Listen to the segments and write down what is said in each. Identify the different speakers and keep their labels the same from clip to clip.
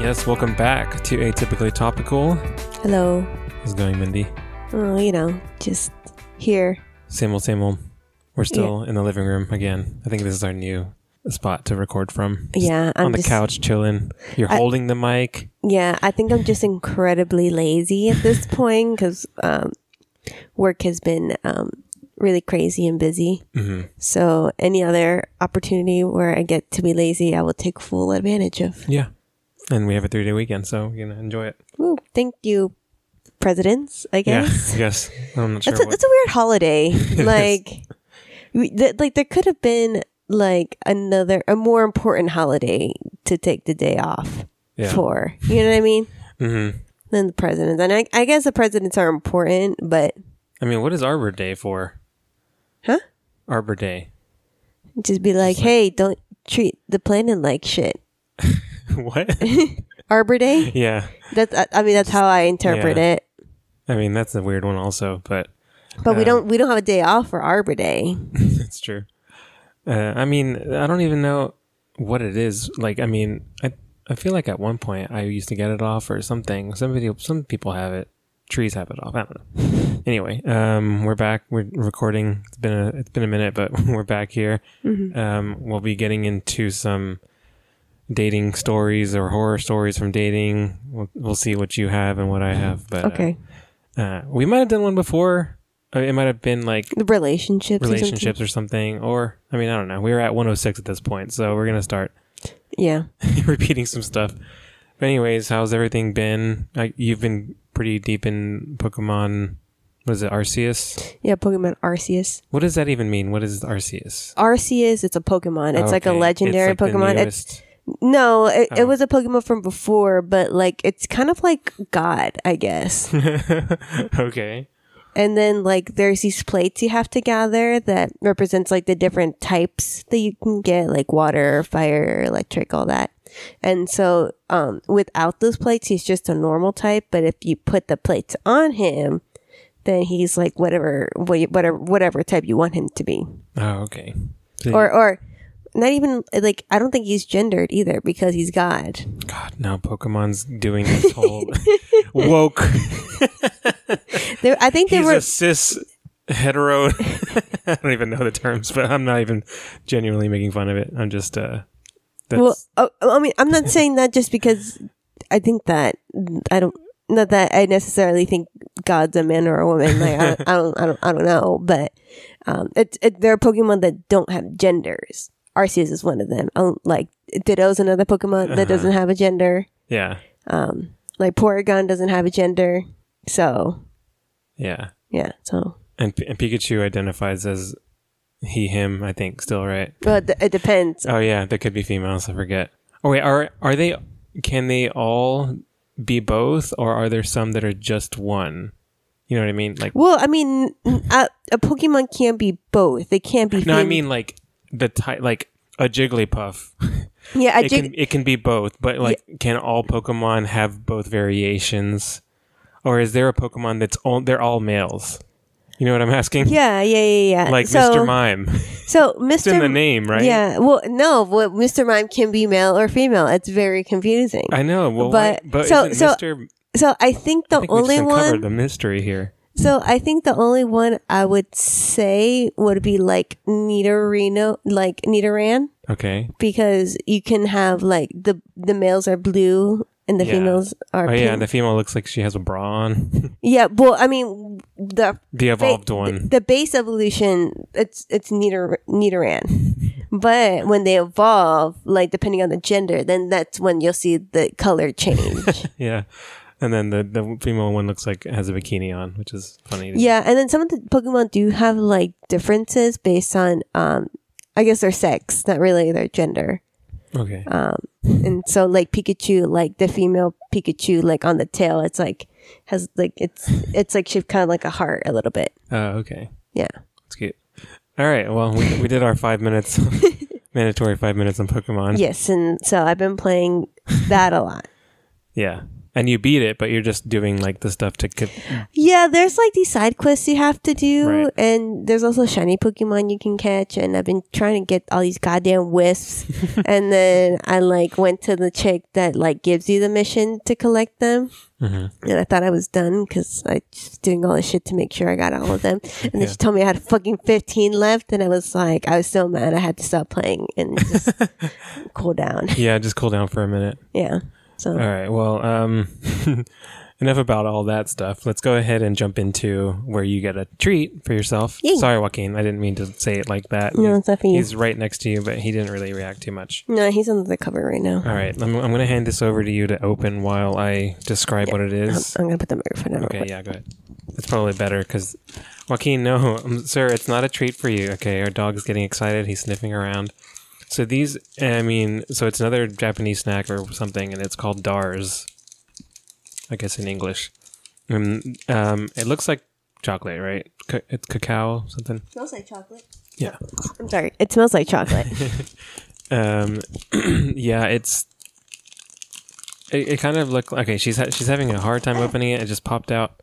Speaker 1: Yes, welcome back to Atypically Topical.
Speaker 2: Hello.
Speaker 1: How's it going, Mindy?
Speaker 2: Oh, you know, just here.
Speaker 1: Same old, same old. We're still in the living room again. I think this is our new spot to record from. Just
Speaker 2: Yeah, I'm
Speaker 1: on the
Speaker 2: just
Speaker 1: couch, chilling. You're
Speaker 2: I-
Speaker 1: holding the mic.
Speaker 2: yeah. I think I'm just incredibly lazy at this point because um, work has been um, really crazy and busy.
Speaker 1: hmm
Speaker 2: So any other opportunity where I get to be lazy, I will take full advantage of.
Speaker 1: Yeah. And we have a three day weekend, so we're going to enjoy it.
Speaker 2: Ooh, thank you, presidents. I guess
Speaker 1: Yeah, I guess. I'm not sure
Speaker 2: that's a,
Speaker 1: what.
Speaker 2: that's a weird holiday. like, we- th- like there could have been like another a more important holiday to take the day off.
Speaker 1: yeah.
Speaker 2: for. You know what I mean?
Speaker 1: hmm
Speaker 2: Than the presidents. And I, I guess the presidents are important, but
Speaker 1: I mean, what is Arbor Day for?
Speaker 2: Huh?
Speaker 1: Arbor Day.
Speaker 2: just be like, hey, don't treat the planet like shit.
Speaker 1: what?
Speaker 2: Arbor Day?
Speaker 1: yeah.
Speaker 2: That's I, I mean that's how I interpret
Speaker 1: yeah.
Speaker 2: it.
Speaker 1: I mean, that's a weird one, also, but
Speaker 2: But we
Speaker 1: Yeah.
Speaker 2: don't we don't have a day off for Arbor Day.
Speaker 1: That's true. Uh, I mean, I don't even know what it is. Like, I mean, I I feel like at one point I used to get it off or something. Somebody, some people have it. Trees have it off. I don't know. Anyway, um, we're back. We're recording. It's been a it's been a minute, but we're back here. Um, we'll be getting into some dating stories or horror stories from dating. We'll, we'll see what you have and what I have. But uh,
Speaker 2: Okay.
Speaker 1: uh, we might have done one before. Uh, It might have been like
Speaker 2: The relationships. or something.
Speaker 1: relationships or something. or I mean I don't know. We were at 106 at this point, so we're gonna start
Speaker 2: Yeah.
Speaker 1: repeating some stuff. But anyways, how's everything been? Like you've been pretty deep in Pokemon. What is it, Arceus?
Speaker 2: Yeah, Pokemon Arceus.
Speaker 1: What does that even mean? What is Arceus?
Speaker 2: Arceus, it's a Pokemon. It's like a
Speaker 1: Okay, it's
Speaker 2: legendary
Speaker 1: like the
Speaker 2: Pokemon. It's
Speaker 1: newest-
Speaker 2: no, it,
Speaker 1: Oh.
Speaker 2: it was a Pokemon from before, but like it's kind of like God, I guess.
Speaker 1: okay.
Speaker 2: And then like there's these plates you have to gather that represents like the different types that you can get, like water, fire, electric, all that. And so um without those plates he's just a normal type, but if you put the plates on him, then he's like whatever wha- whatever whatever type you want him to be.
Speaker 1: Oh, okay. So
Speaker 2: Or or not even like I don't think he's gendered either because he's God.
Speaker 1: God, now Pokemon's doing this whole woke.
Speaker 2: There, I think they
Speaker 1: He's
Speaker 2: were
Speaker 1: a cis hetero. I don't even know the terms, but I'm not even genuinely making fun of it. I'm just uh, that's
Speaker 2: Well, oh, I mean, I'm not saying that just because I think that I don't not that I necessarily think God's a man or a woman. Like I, I don't, I don't, I don't know. But um, it, it, there are Pokemon that don't have genders. Arceus is one of them. Um, like Ditto's another Pokemon
Speaker 1: Uh-huh.
Speaker 2: that doesn't have a gender.
Speaker 1: yeah,
Speaker 2: Um, like Porygon doesn't have a gender. So
Speaker 1: yeah.
Speaker 2: yeah, so
Speaker 1: And, P- and Pikachu identifies as he, him. I think still right.
Speaker 2: well, it, it depends.
Speaker 1: Oh yeah, there could be females. I forget. Oh wait, are are they? Can they all be both, or are there some that are just one? You know what I mean? Like
Speaker 2: Well, I mean, a, a Pokemon can't be both. They can't be.
Speaker 1: no, I
Speaker 2: fem-
Speaker 1: mean like the type like. A Jigglypuff.
Speaker 2: yeah, I
Speaker 1: It
Speaker 2: did.
Speaker 1: can it can be both, but like, can all Pokemon have both variations, or is there a Pokemon that's all they're all males? You know what I'm asking?
Speaker 2: yeah, yeah, yeah, yeah.
Speaker 1: Like
Speaker 2: so,
Speaker 1: Mr. Mime.
Speaker 2: So Mr.
Speaker 1: It's in the name, right?
Speaker 2: Yeah. Well, no, what Mr. Mime can be male or female. It's very confusing.
Speaker 1: I know. Well,
Speaker 2: But-
Speaker 1: but but
Speaker 2: so-
Speaker 1: isn't
Speaker 2: so
Speaker 1: Mr.
Speaker 2: so I think the
Speaker 1: I think we just
Speaker 2: only
Speaker 1: uncovered
Speaker 2: one.
Speaker 1: the mystery here.
Speaker 2: So I think the only one I would say would be like Nidorino, like Nidoran,
Speaker 1: Okay.
Speaker 2: because you can have like the the males are blue and the
Speaker 1: Yeah.
Speaker 2: females are
Speaker 1: Oh
Speaker 2: pink.
Speaker 1: yeah,
Speaker 2: Yeah,
Speaker 1: and the female looks like she has a bra on.
Speaker 2: Well, I mean the
Speaker 1: the evolved
Speaker 2: the-
Speaker 1: one.
Speaker 2: The base evolution, it's it's Nidor- Nidoran. but when they evolve, like depending on the gender, then that's when you'll see the color change.
Speaker 1: yeah. And then the, the female one looks like has a bikini on, which is funny. to-
Speaker 2: yeah, and then some of the Pokemon do have like differences based on um I guess their sex, not really their gender.
Speaker 1: Okay.
Speaker 2: Um and so like Pikachu, like the female Pikachu like on the tail, it's like has like it's it's like shaped kind of like a heart a little bit.
Speaker 1: Oh, okay.
Speaker 2: Yeah.
Speaker 1: That's cute. All right. Well, we, we did our five minutes, Mm. mandatory five minutes on Pokemon.
Speaker 2: Yes, and so I've been playing that a lot.
Speaker 1: Yeah. and you beat it, but you're just doing like the stuff to. Co-
Speaker 2: Yeah, there's like these side quests you have to do,
Speaker 1: Right.
Speaker 2: and there's also shiny Pokemon you can catch. And I've been trying to get all these goddamn wisps, and then I like went to the chick that like gives you the mission to collect them,
Speaker 1: Mm-hmm.
Speaker 2: and I thought I was done because I was doing all this shit to make sure I got all of them. And then
Speaker 1: Yeah.
Speaker 2: she told me I had fucking 15 left, and I was like, I was so mad, I had to stop playing and just cool down.
Speaker 1: yeah, just cool down for a minute.
Speaker 2: Yeah.
Speaker 1: All
Speaker 2: So
Speaker 1: right. Well, um, enough about all that stuff. Let's go ahead and jump into where you get a treat for yourself.
Speaker 2: Yay.
Speaker 1: Sorry, Joaquin. I didn't mean to say it like that.
Speaker 2: No,
Speaker 1: He's-
Speaker 2: it's not for you.
Speaker 1: He's right next to you, but he didn't really react too much.
Speaker 2: no, he's under the cover right now.
Speaker 1: All right. I'm, I'm going to hand this over to you to open while I describe what it is.
Speaker 2: I'm gonna put the microphone out.
Speaker 1: Okay, yeah, go ahead. It's probably better because Joaquin, no, um, sir, it's not a treat for you. Okay, our dog's getting excited. He's sniffing around. So these, I mean, so it's another Japanese snack or something, and it's called dars. I guess in English, um, um, it looks like chocolate, right? C- it's cacao, something.
Speaker 2: Smells like chocolate.
Speaker 1: Yeah.
Speaker 2: I'm sorry. It smells like chocolate.
Speaker 1: Um, yeah, it's. It, it kind of looked okay. She's ha- she's having a hard time opening it. It just popped out.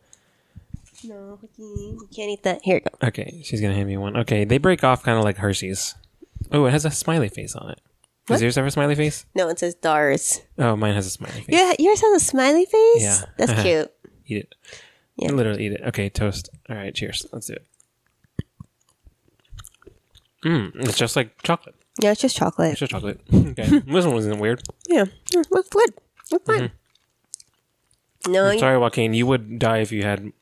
Speaker 2: no, you can't eat that. Here you go.
Speaker 1: Okay, she's gonna hand me one. Okay, they break off kind of like Hershey's. Oh, it has a smiley face on it. Does
Speaker 2: What?
Speaker 1: yours have a smiley face?
Speaker 2: No, it says Dars.
Speaker 1: Oh, mine has a smiley face.
Speaker 2: Yeah, yours has a smiley face.
Speaker 1: Yeah.
Speaker 2: that's cute.
Speaker 1: Eat it.
Speaker 2: Yeah.
Speaker 1: Literally eat it. Okay, toast. All right, cheers. Let's do it. Mm, it's just like chocolate.
Speaker 2: Yeah, it's just
Speaker 1: It's
Speaker 2: chocolate.
Speaker 1: just chocolate. okay, this one wasn't weird.
Speaker 2: Yeah, Mm, looks good. Looks fine.
Speaker 1: Mm-hmm.
Speaker 2: No, you-
Speaker 1: Sorry, Joaquin, you would die if you had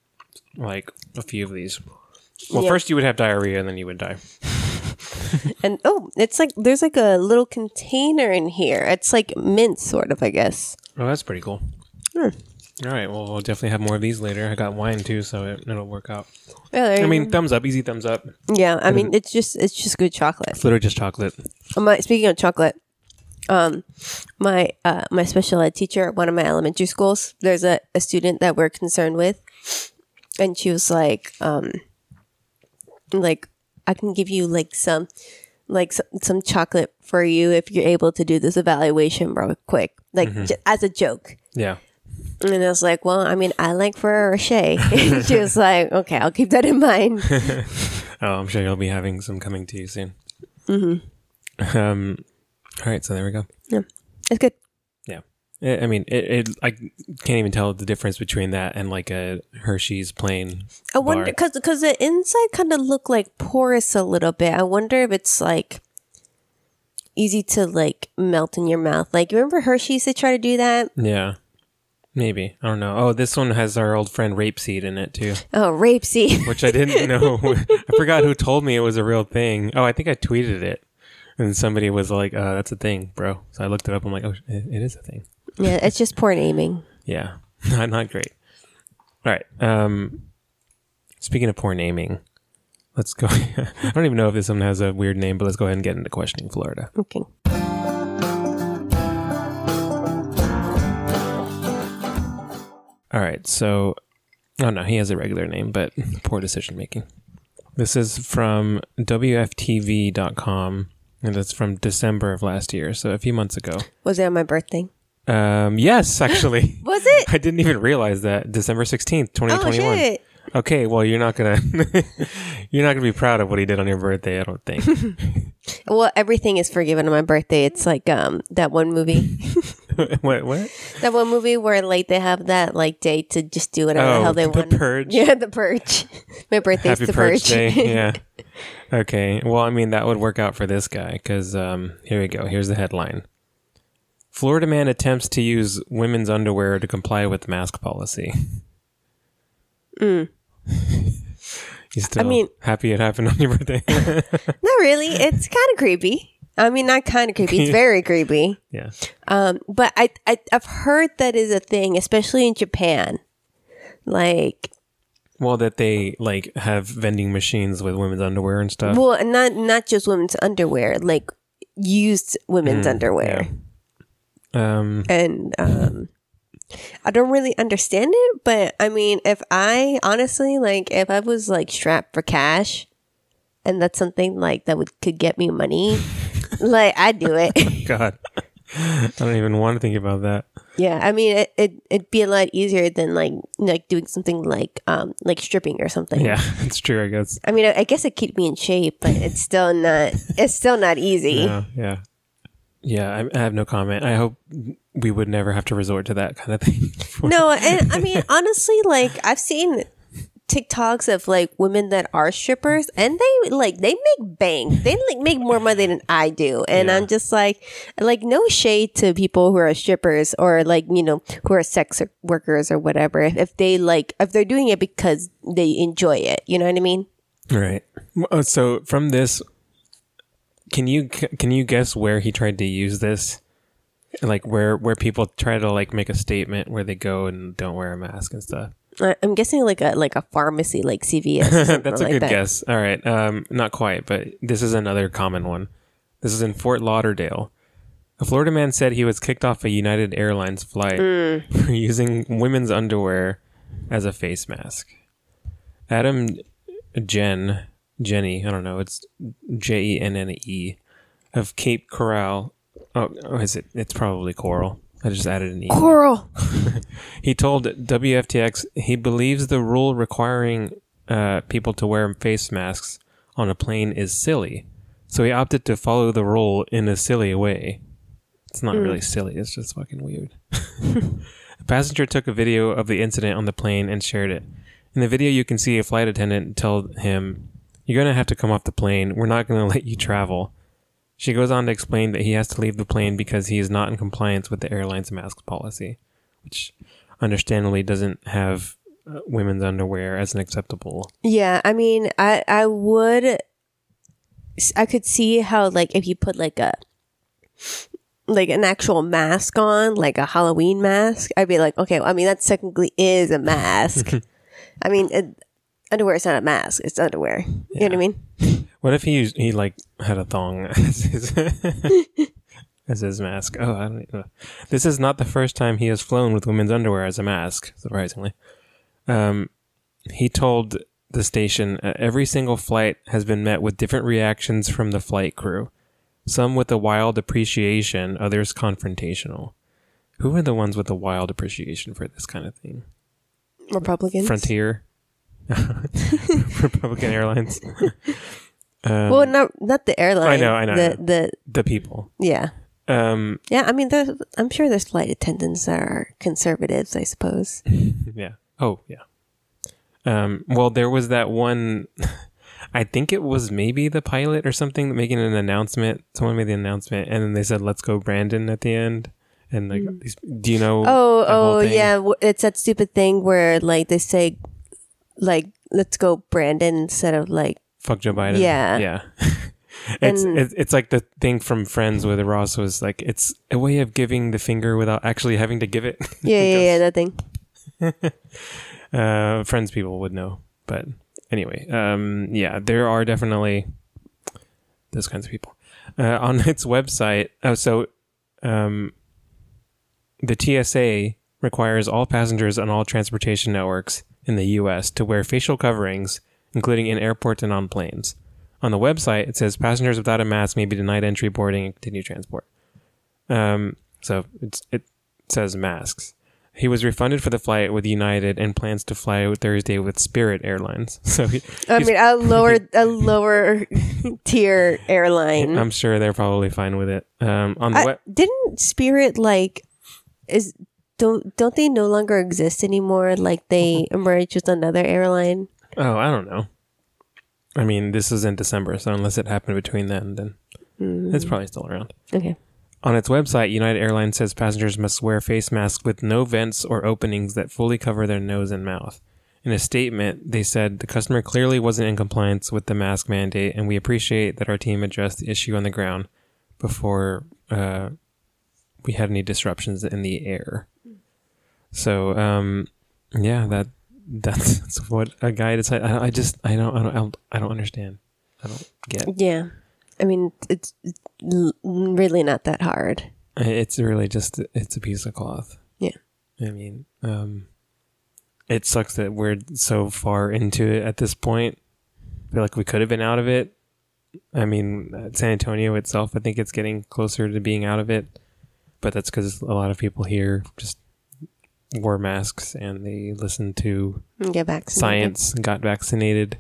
Speaker 1: like a few of these. Well,
Speaker 2: Yeah.
Speaker 1: first you would have diarrhea, and then you would die.
Speaker 2: and oh, it's like there's like a little container in here. It's like mint, sort of, I guess.
Speaker 1: Oh, that's pretty cool.
Speaker 2: Hmm.
Speaker 1: All right, well, we'll definitely have more of these later. I got wine too, so it, it'll work out.
Speaker 2: Yeah, there
Speaker 1: I
Speaker 2: you
Speaker 1: mean, thumbs up, easy thumbs up.
Speaker 2: go. yeah. I mean, it's just it's just good chocolate.
Speaker 1: It's literally just chocolate.
Speaker 2: My speaking of chocolate, um, my uh, my special ed teacher at one of my elementary schools, there's a, a student that we're concerned with, and she was like, um, like I can give you like some, like some, some chocolate for you if you're able to do this evaluation real quick, like j- as a joke.
Speaker 1: Yeah.
Speaker 2: And I was like, well, I mean, I like Ferrero Rocher. she was like, okay, I'll keep that in mind.
Speaker 1: Oh, I'm sure you'll be having some coming to you soon. Mm-hmm. Um. All right, so there we go.
Speaker 2: It's good.
Speaker 1: Yeah. I I mean, it, it. I can't even tell the difference between that and like a Hershey's plain.
Speaker 2: I wonder
Speaker 1: bar.
Speaker 2: because because the inside kind of looked like porous a little bit. I wonder if it's like easy to like melt in your mouth. Like you remember Hershey's to try to do that?
Speaker 1: Yeah. Maybe I don't know. Oh, this one has our old friend rapeseed in it too,
Speaker 2: Oh, rapeseed.
Speaker 1: which I didn't know. I forgot who told me it was a real thing. Oh, I think I tweeted it, and somebody was like, uh, "That's a thing, bro." So I looked it up. I'm like, "Oh, it, it is a thing."
Speaker 2: yeah, it's just poor naming.
Speaker 1: Yeah, not not great. All right. Um, speaking of poor naming, let's go. I don't even know if this one has a weird name, but let's go ahead and get into questioning Florida.
Speaker 2: Okay.
Speaker 1: All right. So, oh no, he has a regular name, but poor decision making. This is from WFTV.com, and it's from December of last year, so a few months ago.
Speaker 2: Was it on my birthday?
Speaker 1: Um, yes, actually.
Speaker 2: Was it?
Speaker 1: I didn't even realize that December 16th, 2021.
Speaker 2: Oh shit!
Speaker 1: Okay, well you're not gonna you're not gonna be proud of what he did on your birthday, I don't think.
Speaker 2: Well, everything is forgiven on my birthday. It's like um that one movie,
Speaker 1: what what?
Speaker 2: that one movie where like they have that like day to just do whatever the
Speaker 1: Oh,
Speaker 2: hell they
Speaker 1: The
Speaker 2: want.
Speaker 1: Purge.
Speaker 2: Yeah, the purge. my birthday's
Speaker 1: Happy
Speaker 2: the
Speaker 1: Purge
Speaker 2: purge.
Speaker 1: Day. Yeah. Okay. Well, I mean that would work out for this guy because um, here we go. Here's the headline: Florida man attempts to use women's underwear to comply with mask policy. you still
Speaker 2: Mm. mean-
Speaker 1: happy it happened on your birthday?
Speaker 2: Not really. It's kind of creepy. I mean, not kind of creepy. It's very creepy.
Speaker 1: yeah.
Speaker 2: Um, but I, I I've heard that is a thing, especially in Japan. Like,
Speaker 1: Well, that they like have vending machines with women's underwear and stuff.
Speaker 2: well, and not not just women's underwear, like used women's underwear,
Speaker 1: um.
Speaker 2: and um, I don't really understand it. But I mean, if I honestly like, if I was like strapped for cash, and that's something like that would could get me money, like I'd do it.
Speaker 1: God. I don't even want to think about that.
Speaker 2: Yeah, I mean, it, it it'd be a lot easier than like like doing something like um like stripping or something.
Speaker 1: Yeah, it's true. I guess.
Speaker 2: I mean, I, I guess it keep me in shape, but it's still not. It's still not easy.
Speaker 1: Yeah, yeah, yeah. I, I have no comment. I hope we would never have to resort to that kind of thing. for-
Speaker 2: No, and I mean, honestly, like I've seen TikToks of like women that are strippers, and they like they make bank. They like make more money than I do, and
Speaker 1: Yeah.
Speaker 2: I'm just like, like no shade to people who are strippers or like you know who are sex workers or whatever. If, if they like, if they're doing it because they enjoy it, you know what I mean?
Speaker 1: Right. Oh, So from this, can you can you guess where he tried to use this? Like where where people try to like make a statement where they go and don't wear a mask and stuff.
Speaker 2: I- I'm guessing like a like a pharmacy, like CVS. or something
Speaker 1: That's a
Speaker 2: like
Speaker 1: good
Speaker 2: that.
Speaker 1: guess. All right. Um, not quite, but this is another common one. This is in Fort Lauderdale. A Florida man said he was kicked off a United Airlines flight
Speaker 2: Hmm.
Speaker 1: for using women's underwear as a face mask. Adam Jen, Jenny, I don't know, it's J E N N E, of Cape Coral. Oh, oh, is it? It's probably Coral. I just added an E.
Speaker 2: Coral.
Speaker 1: He told WFTX he believes the rule requiring uh, people to wear face masks on a plane is silly. So he opted to follow the rule in a silly way. It's not really silly, it's just fucking weird. a passenger took a video of the incident on the plane and shared it. In the video, you can see a flight attendant tell him, You're going to have to come off the plane. We're not going to let you travel. She goes on to explain that he has to leave the plane because he is not in compliance with the airline's mask policy, which understandably doesn't have uh, women's underwear as an acceptable.
Speaker 2: Yeah, I mean, I I would, I could see how like if you put like a like an actual mask on, like a Halloween mask, I'd be like, okay, well, I mean that technically is a mask. I mean, it, underwear is not a mask; it's underwear. You know what I mean?
Speaker 1: What if he used, he like had a thong as his, as his mask? Oh, I don't know. This is not the first time he has flown with women's underwear as a mask, surprisingly. Um, he told the station uh, every single flight has been met with different reactions from the flight crew. Some with a wild appreciation, others confrontational. Who are the ones with the wild appreciation for this kind of thing?
Speaker 2: Republicans.
Speaker 1: Frontier, Republican Airlines, um,
Speaker 2: well, not not the airline.
Speaker 1: I know, I know, I
Speaker 2: The
Speaker 1: know.
Speaker 2: the
Speaker 1: the people.
Speaker 2: yeah
Speaker 1: Um,
Speaker 2: yeah. I mean, there's I'm sure there's flight attendants that are conservatives. I suppose.
Speaker 1: yeah. Oh, yeah. Um, well, there was that one. I think it was maybe the pilot or something making an announcement. Someone made the announcement, and then they said, "Let's go, Brandon!" at the end. And like, these, do you know?
Speaker 2: Oh,
Speaker 1: that whole
Speaker 2: oh,
Speaker 1: thing?
Speaker 2: yeah. w- It's that stupid thing where like they say, like let's go Brandon instead of like
Speaker 1: Fuck Joe Biden.
Speaker 2: Yeah.
Speaker 1: yeah. It's,
Speaker 2: And-
Speaker 1: it's it's like the thing from Friends where the Ross was like it's a way of giving the finger without actually having to give it.
Speaker 2: yeah, yeah, yeah, that thing.
Speaker 1: uh, friends people would know. But anyway, um, yeah, there are definitely those kinds of people uh, on its website. Oh, so um, the TSA requires all passengers on all transportation networks in the U.S. to wear facial coverings, including in airports and on planes. On the website, it says passengers without a mask may be denied entry, boarding, and continue transport. Um, so it's, it says masks. He was refunded for the flight with United and plans to fly Thursday with Spirit Airlines. So he,
Speaker 2: I
Speaker 1: he's-
Speaker 2: mean, a lower a lower tier airline.
Speaker 1: I'm sure they're probably fine with it. Um, on the
Speaker 2: Hmm. I,
Speaker 1: web,
Speaker 2: didn't Spirit like is don't don't they no longer exist anymore? Like they
Speaker 1: Mm-hmm.
Speaker 2: merged with another airline.
Speaker 1: oh, I don't know. I mean, this is in December, so unless it happened between then, then it's probably still around.
Speaker 2: Okay.
Speaker 1: On its website, United Airlines says passengers must wear face masks with no vents or openings that fully cover their nose and mouth. In a statement, they said the customer clearly wasn't in compliance with the mask mandate, and we appreciate that our team addressed the issue on the ground before uh, we had any disruptions in the air. So, um, yeah, that that's, that's what a guy decided. I, I just I don't I don't I don't- I don't understand. I don't get.
Speaker 2: Yeah. I mean, it's it's l- really not that hard.
Speaker 1: It's really just it's a piece of cloth.
Speaker 2: Yeah.
Speaker 1: I mean, um, it sucks that we're so far into it at this point. I feel like we could have been out of it. I mean, uh, San Antonio itself, I think it's getting closer to being out of it. but that's because a lot of people here just wore masks and they listened to
Speaker 2: Get vaccinated.
Speaker 1: science and got vaccinated.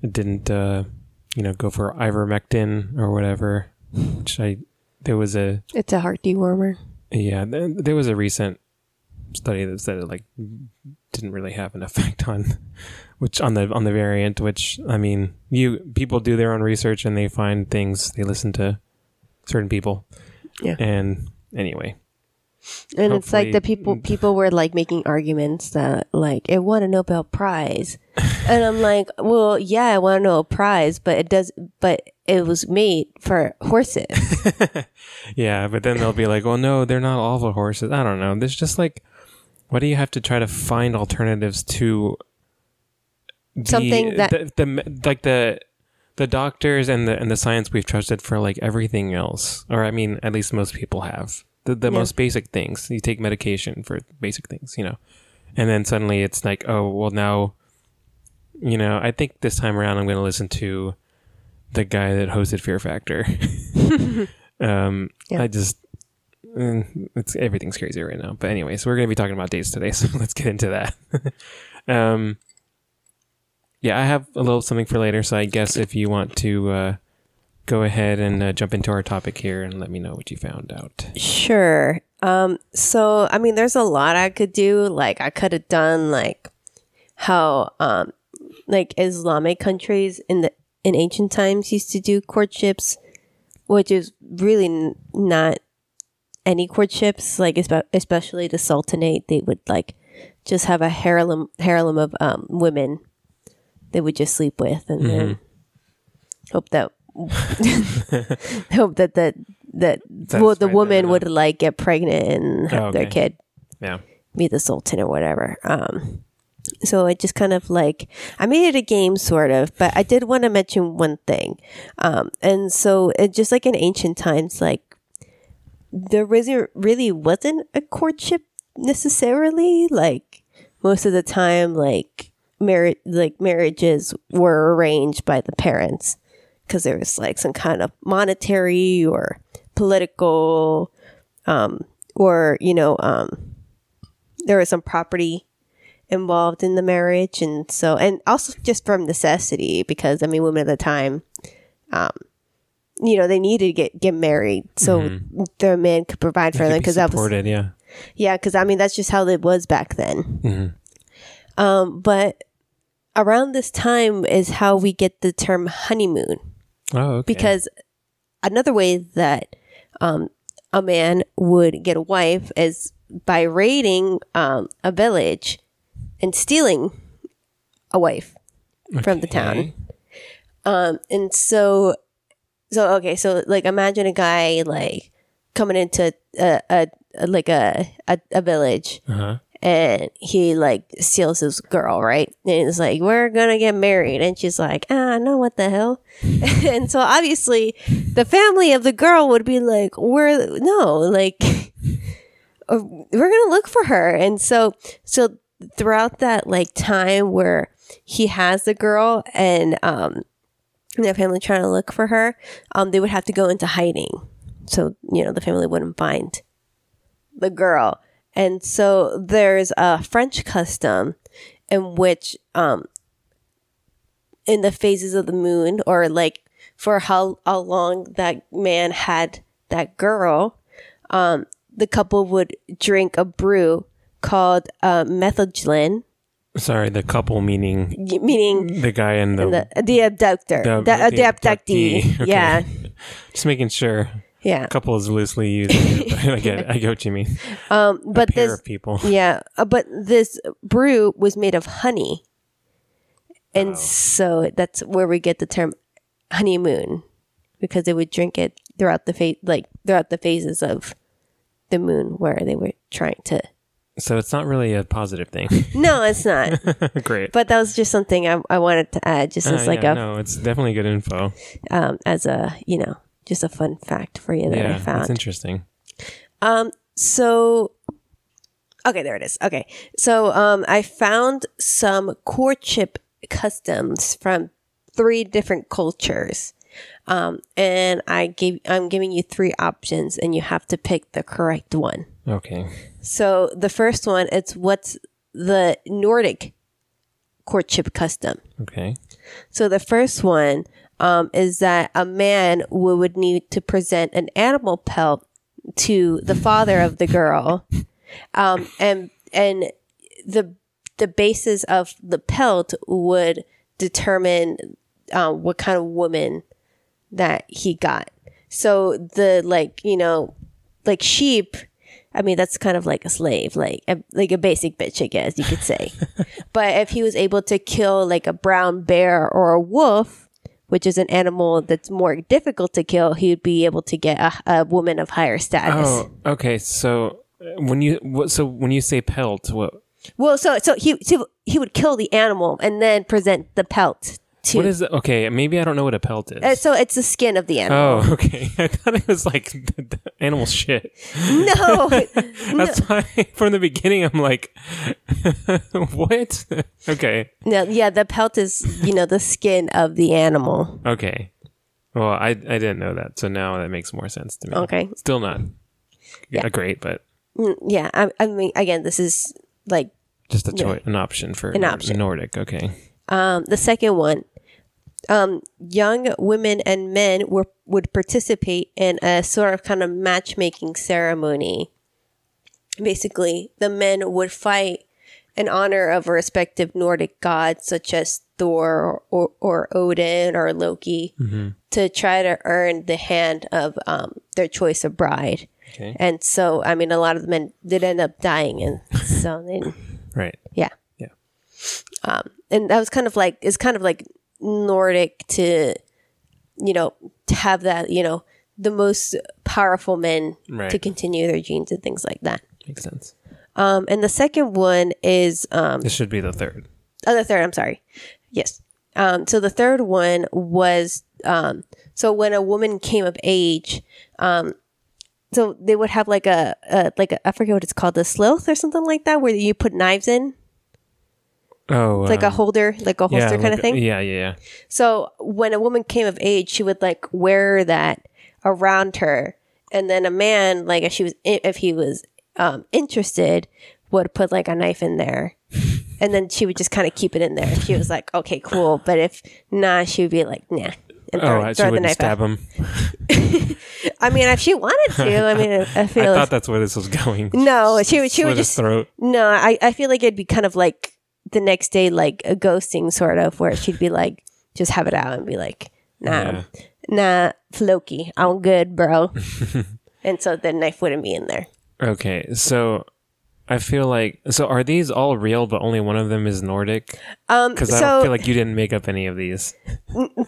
Speaker 1: Didn't uh, you know go for ivermectin or whatever? Which I there was a
Speaker 2: It's a heart dewormer.
Speaker 1: yeah there, there was a recent study that said it like didn't really have an effect on which on the on the variant. Which I mean, you people do their own research and they find things. They listen to certain people.
Speaker 2: Yeah.
Speaker 1: And anyway,
Speaker 2: And it's like the
Speaker 1: Hopefully-
Speaker 2: people people were like making arguments that like it won a Nobel Prize, and I'm like, well, yeah, it won a Nobel Prize, but it does, but it was made for horses.
Speaker 1: Yeah, but then they'll be like, "Well, no, they're not all the horses." I don't know. There's just like, why do you have to try to find alternatives to the,
Speaker 2: Something that-
Speaker 1: the, the like the the doctors and the and the science we've trusted for like everything else, or I mean, at least most people have the the
Speaker 2: Yeah.
Speaker 1: most basic things. You take medication for basic things, you know, and then suddenly it's like, oh, well, now, you know, I think this time around I'm going to listen to the guy that hosted Fear Factor. um,
Speaker 2: Yeah.
Speaker 1: I just mm, it's everything's crazy right now. But anyway, so we're gonna be talking about dates today, so let's get into that. um, yeah, I have a little something for later, so I guess if you want to uh, go ahead and uh, jump into our topic here and let me know what you found out.
Speaker 2: Sure. Um, so I mean, there's a lot I could do. Like I could have done like how um like Islamic countries in the in ancient times used to do courtships, which is really n- not any courtships. Like espe- especially the Sultanate, they would like just have a harem harem of um women they would just sleep with, and then
Speaker 1: Mm-hmm.
Speaker 2: hope that. hope that that that
Speaker 1: That's
Speaker 2: well, the
Speaker 1: right,
Speaker 2: woman
Speaker 1: yeah.
Speaker 2: would like get pregnant and have
Speaker 1: Oh,
Speaker 2: their
Speaker 1: okay.
Speaker 2: kid
Speaker 1: Yeah,
Speaker 2: be the sultan or whatever. Um, so it just kind of like I made it a game, sort of. But I did want to mention one thing, um, and so it just like in ancient times, like there really really wasn't a courtship necessarily. Like most of the time, like marriage like marriages were arranged by the parents because there was like some kind of monetary or political um, or you know um, there was some property involved in the marriage and so and also just from necessity because i mean women at the time um you know they needed to get get married so their man could provide for them because that was
Speaker 1: supported. Yeah,
Speaker 2: yeah because i mean that's just how it was back then
Speaker 1: Mhm.
Speaker 2: um but around this time is how we get the term honeymoon
Speaker 1: oh, okay.
Speaker 2: because another way that um, a man would get a wife is by raiding um, a village and stealing a wife from the town.
Speaker 1: Okay.
Speaker 2: Um, and so, so okay, so like imagine a guy like coming into a, a, a like a, a a village
Speaker 1: Uh-huh.
Speaker 2: and he like steals his girl, right? And he's like, "We're gonna get married," and she's like, "Ah, no, what the hell?" and so obviously, the family of the girl would be like, "We're no, like, uh, we're gonna look for her." And so, so throughout that like time where he has the girl and um, and their family trying to look for her, um, they would have to go into hiding, so you know the family wouldn't find the girl. And so there's a French custom in which, um, in the phases of the moon, or like for how, how long that man had that girl, um, the couple would drink a brew called uh, methylglen,
Speaker 1: Sorry, the couple meaning
Speaker 2: meaning
Speaker 1: the guy and the,
Speaker 2: the, the abductor,
Speaker 1: Mm. The-
Speaker 2: the, uh, the
Speaker 1: the
Speaker 2: abductee.
Speaker 1: abductee, okay.
Speaker 2: Yeah,
Speaker 1: just making sure
Speaker 2: yeah.
Speaker 1: couple is loosely used. I get it. I get what you mean.
Speaker 2: Um, but
Speaker 1: Pair
Speaker 2: this
Speaker 1: of people.
Speaker 2: Yeah, uh, but this brew was made of honey. And
Speaker 1: Oh.
Speaker 2: so that's where we get the term honeymoon because they would drink it throughout the phase like throughout the phases of the moon where they were trying to
Speaker 1: So it's not really a positive thing.
Speaker 2: No, it's not.
Speaker 1: Great.
Speaker 2: but that was just something I, I wanted to add just
Speaker 1: Uh,
Speaker 2: as like
Speaker 1: yeah,
Speaker 2: a
Speaker 1: no, it's definitely good info.
Speaker 2: um as a, you know, just a fun fact for you that
Speaker 1: Yeah,
Speaker 2: I
Speaker 1: that's
Speaker 2: found.
Speaker 1: interesting.
Speaker 2: Um, so okay, there it is. Okay, so um, I found some courtship customs from three different cultures, Um, and I gave I'm giving you three options, and you have to pick the correct one.
Speaker 1: Okay.
Speaker 2: So the first one, it's what's the Nordic courtship custom.
Speaker 1: Okay.
Speaker 2: So the first one um, is that a man wo- would need to present an animal pelt to the father of the girl, um, and and the the basis of the pelt would determine uh, what kind of woman that he got. So the like you know like sheep. I mean that's kind of like a slave, like a, like a basic bitch, I guess you could say. But if he was able to kill like a brown bear or a wolf, which is an animal that's more difficult to kill, he would be able to get a, a woman of higher status.
Speaker 1: Oh, okay. So uh, when you what, so when you say pelt, what
Speaker 2: Well, so so he so he would kill the animal and then present the pelt to.
Speaker 1: what is it? Okay, maybe I don't know what a pelt
Speaker 2: uh,
Speaker 1: is.
Speaker 2: so it's the skin of the animal.
Speaker 1: Oh, okay. I thought it was like the, the animal shit.
Speaker 2: No,
Speaker 1: That's why from the beginning I'm like, what? okay,
Speaker 2: no, yeah, the pelt is you know the skin of the animal.
Speaker 1: okay. Well, I I didn't know that, so now that makes more sense to me.
Speaker 2: Okay.
Speaker 1: Still not a great, but
Speaker 2: Mm, Yeah, I, I mean, again, this is like
Speaker 1: just a choice, an option for
Speaker 2: An option.
Speaker 1: Nordic. Okay.
Speaker 2: Um, the second one, um, young women and men were would participate in a sort of kind of matchmaking ceremony. Basically, the men would fight in honor of a respective Nordic gods such as Thor or, or Odin or Loki to try to earn the hand of um, their choice of bride.
Speaker 1: Okay.
Speaker 2: And so, I mean, a lot of the men did end up dying, and so then.
Speaker 1: Right.
Speaker 2: Yeah. Um,
Speaker 1: Yeah.
Speaker 2: And that was kind of like it's kind of like Nordic to you know, to have that, you know, the most powerful men
Speaker 1: Right.
Speaker 2: to continue their genes and things like that.
Speaker 1: Makes sense.
Speaker 2: Um and the second one is um
Speaker 1: This should be the third.
Speaker 2: oh the third, I'm sorry. Yes. Um so the third one was um so when a woman came of age, um so they would have like a, a like a, I forget what it's called, the sloth or something like that where you put knives in.
Speaker 1: Oh,
Speaker 2: It's like a holder, like a holster kind of thing.
Speaker 1: Yeah, yeah,
Speaker 2: So when a woman came of age, she would like wear that around her, and then a man, like if she was, if he was um, interested, would put like a knife in there, and then she would just kind of keep it in there. If she was like, okay, cool, but if nah, she would be like, nah.
Speaker 1: yeah.
Speaker 2: And throw,
Speaker 1: Oh, I- she
Speaker 2: throw the
Speaker 1: wouldn't
Speaker 2: knife
Speaker 1: stab
Speaker 2: out.
Speaker 1: him.
Speaker 2: I mean, if she wanted to, I mean, I
Speaker 1: I
Speaker 2: feel
Speaker 1: thought that's where this was going.
Speaker 2: no, she would she
Speaker 1: Slit
Speaker 2: would
Speaker 1: his
Speaker 2: just
Speaker 1: throat.
Speaker 2: no. I I feel like it'd be kind of like the next day, like a ghosting sort of, where she'd be like, just have it out and be like, nah,
Speaker 1: Yeah.
Speaker 2: nah, Floki, I'm good, bro. and so the knife wouldn't be in there.
Speaker 1: Okay, so I feel like so are these all real, but only one of them is Nordic?
Speaker 2: Um,
Speaker 1: Because I don't
Speaker 2: so
Speaker 1: feel like you didn't make up any of these.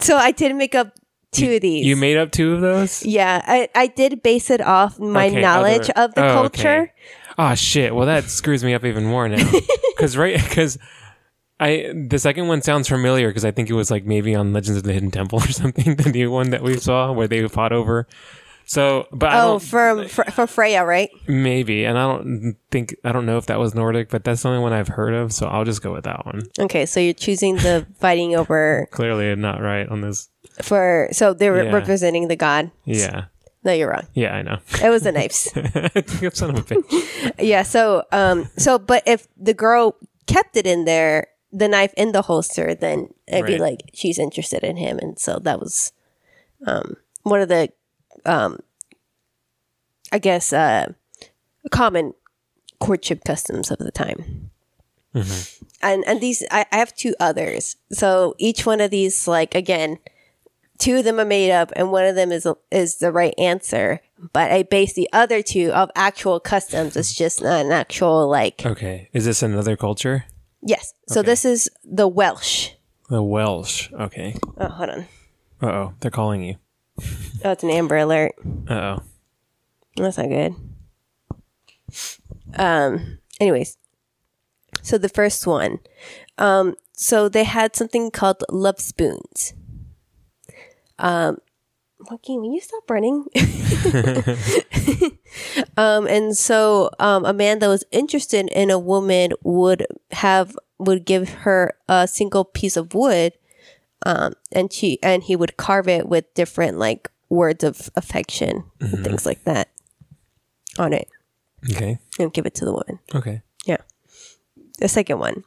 Speaker 2: so I did make up two of these.
Speaker 1: You made up two of those.
Speaker 2: yeah, I, I did base it off my
Speaker 1: Okay,
Speaker 2: knowledge
Speaker 1: other-
Speaker 2: of the
Speaker 1: oh, okay.
Speaker 2: culture.
Speaker 1: Ah, shit. Well, that screws me up even more now. Because right, because I the second one sounds familiar because I think it was like maybe on Legends of the Hidden Temple or something, the new one that we saw where they fought over. So, but I
Speaker 2: Oh,
Speaker 1: don't
Speaker 2: from for, for Freya, right?
Speaker 1: Maybe, and I don't think I don't know if that was Nordic, but that's the only one I've heard of, so I'll just go with that one.
Speaker 2: Okay, so you're choosing the fighting over
Speaker 1: Clearly, I'm not right on this.
Speaker 2: for so they were
Speaker 1: Yeah.
Speaker 2: representing the god.
Speaker 1: Yeah,
Speaker 2: No, you're wrong.
Speaker 1: yeah, I know.
Speaker 2: It was the knives.
Speaker 1: Son of a bitch.
Speaker 2: Yeah, so um so but if the girl kept it in there, the knife in the holster, then it'd be
Speaker 1: Right.
Speaker 2: like she's interested in him and so that was um one of the um I guess uh common courtship customs of the time. And and these I, I have two others. So each one of these like again two of them are made up and one of them is is the right answer but i base the other two of actual customs it's just not an actual like
Speaker 1: Okay, is this another culture?
Speaker 2: yes so this is the welsh
Speaker 1: The Welsh. Okay.
Speaker 2: oh hold on
Speaker 1: Uh oh, they're calling you.
Speaker 2: oh it's an amber alert
Speaker 1: Uh oh.
Speaker 2: that's not good um anyways so the first one um so they had something called love spoons um Joaquin, will you stop running? Um, and so um, a man that was interested in a woman would have would give her a single piece of wood um, and she and he would carve it with different like words of affection and things like that on it
Speaker 1: Okay.
Speaker 2: and give it to the woman.
Speaker 1: Okay.
Speaker 2: Yeah. The second one.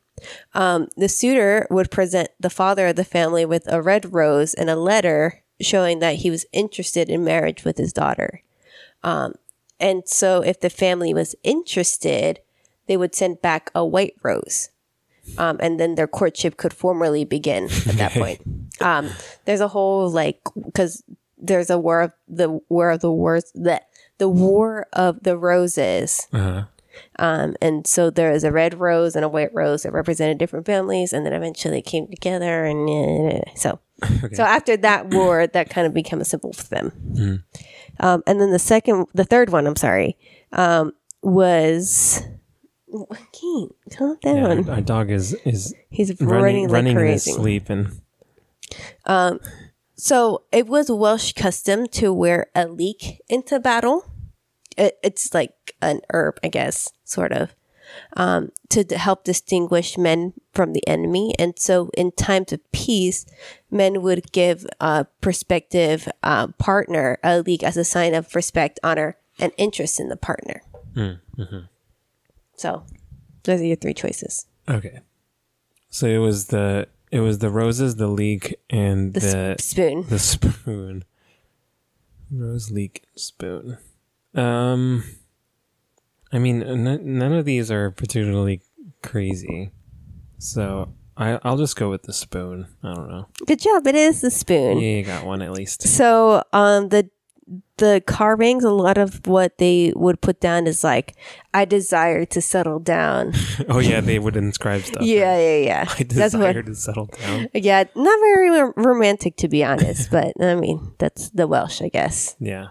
Speaker 2: Um, the suitor would present the father of the family with a red rose and a letter showing that he was interested in marriage with his daughter. Um, and so, if the family was interested, they would send back a white rose. Um, and then their courtship could formally begin at that point. Um, there's a whole like because there's a war of the war of the wars that the war of the roses
Speaker 1: Uh-huh.
Speaker 2: um, and so there is a red rose and a white rose that represented different families, and then eventually they came together. And uh, so, so after that war, that kind of became a symbol for them.
Speaker 1: Mm-hmm.
Speaker 2: Um, and then the second, the third one, I'm sorry, um, was Joaquin. Calm
Speaker 1: Yeah,
Speaker 2: down.
Speaker 1: our, our dog is is
Speaker 2: He's running,
Speaker 1: running running,
Speaker 2: like
Speaker 1: in his
Speaker 2: crazy.
Speaker 1: sleep and
Speaker 2: So it was Welsh custom to wear a leek into battle. It, it's like an herb, I guess, sort of, um, to d- help distinguish men from the enemy. And so, in times of peace, men would give a prospective uh, partner a leek as a sign of respect, honor, and interest in the partner.
Speaker 1: Mm, mm-hmm.
Speaker 2: So, those are your three choices.
Speaker 1: okay. So it was the it was the roses, the leek, and
Speaker 2: The,
Speaker 1: the
Speaker 2: sp- spoon.
Speaker 1: the spoon. Rose leek spoon. Um, I mean, n- none of these are particularly crazy, so I I'll just go with the spoon. I don't know.
Speaker 2: Good job. It is the spoon.
Speaker 1: Yeah, you got one at least.
Speaker 2: So um the the carvings, a lot of what they would put down is like, I desire to settle down.
Speaker 1: oh yeah, they would inscribe stuff.
Speaker 2: Yeah, yeah, yeah.
Speaker 1: I desire to settle down.
Speaker 2: Yeah, not very ro- romantic to be honest, but I mean that's the Welsh, I guess.
Speaker 1: Yeah,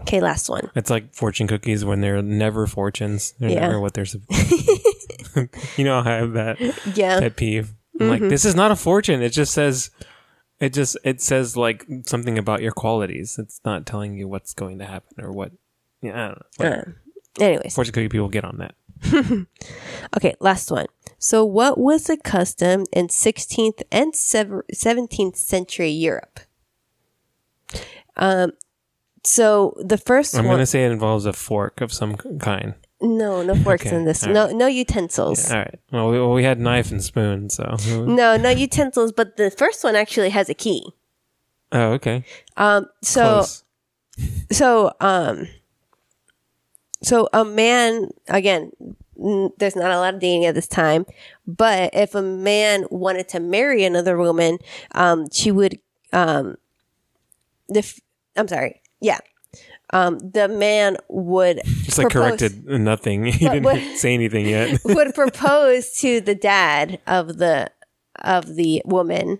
Speaker 2: Okay, last one.
Speaker 1: it's like fortune cookies when they're never fortunes. They're
Speaker 2: Yeah.
Speaker 1: never what they're supposed. you know, I have that
Speaker 2: Yeah,
Speaker 1: pet peeve. I'm
Speaker 2: Mm-hmm.
Speaker 1: like, this is not a fortune. It just says, it just it says like something about your qualities. It's not telling you what's going to happen or what. Yeah, I don't know.
Speaker 2: Uh.
Speaker 1: Whatever.
Speaker 2: Anyways,
Speaker 1: Fortune cookie people get on that.
Speaker 2: okay, last one. So, what was the custom in 16th and sev- 17th century Europe? Um, so the 1st
Speaker 1: I'm
Speaker 2: one.
Speaker 1: gonna say it involves a fork of some k- kind.
Speaker 2: No, no forks
Speaker 1: Okay,
Speaker 2: in this.
Speaker 1: all
Speaker 2: No, no utensils.
Speaker 1: All right. Well, we, well, we had knife and spoon, so.
Speaker 2: No, no utensils. But the first one actually has a key.
Speaker 1: Oh, okay.
Speaker 2: Um, so
Speaker 1: Close.
Speaker 2: so um, so a man again. n- There's not a lot of dating at this time, but if a man wanted to marry another woman, um, she would um, the f- I'm sorry, yeah, um, the man would
Speaker 1: Just like
Speaker 2: propose-
Speaker 1: corrected nothing. He didn't
Speaker 2: what-
Speaker 1: say anything yet.
Speaker 2: would propose to the dad of the of the woman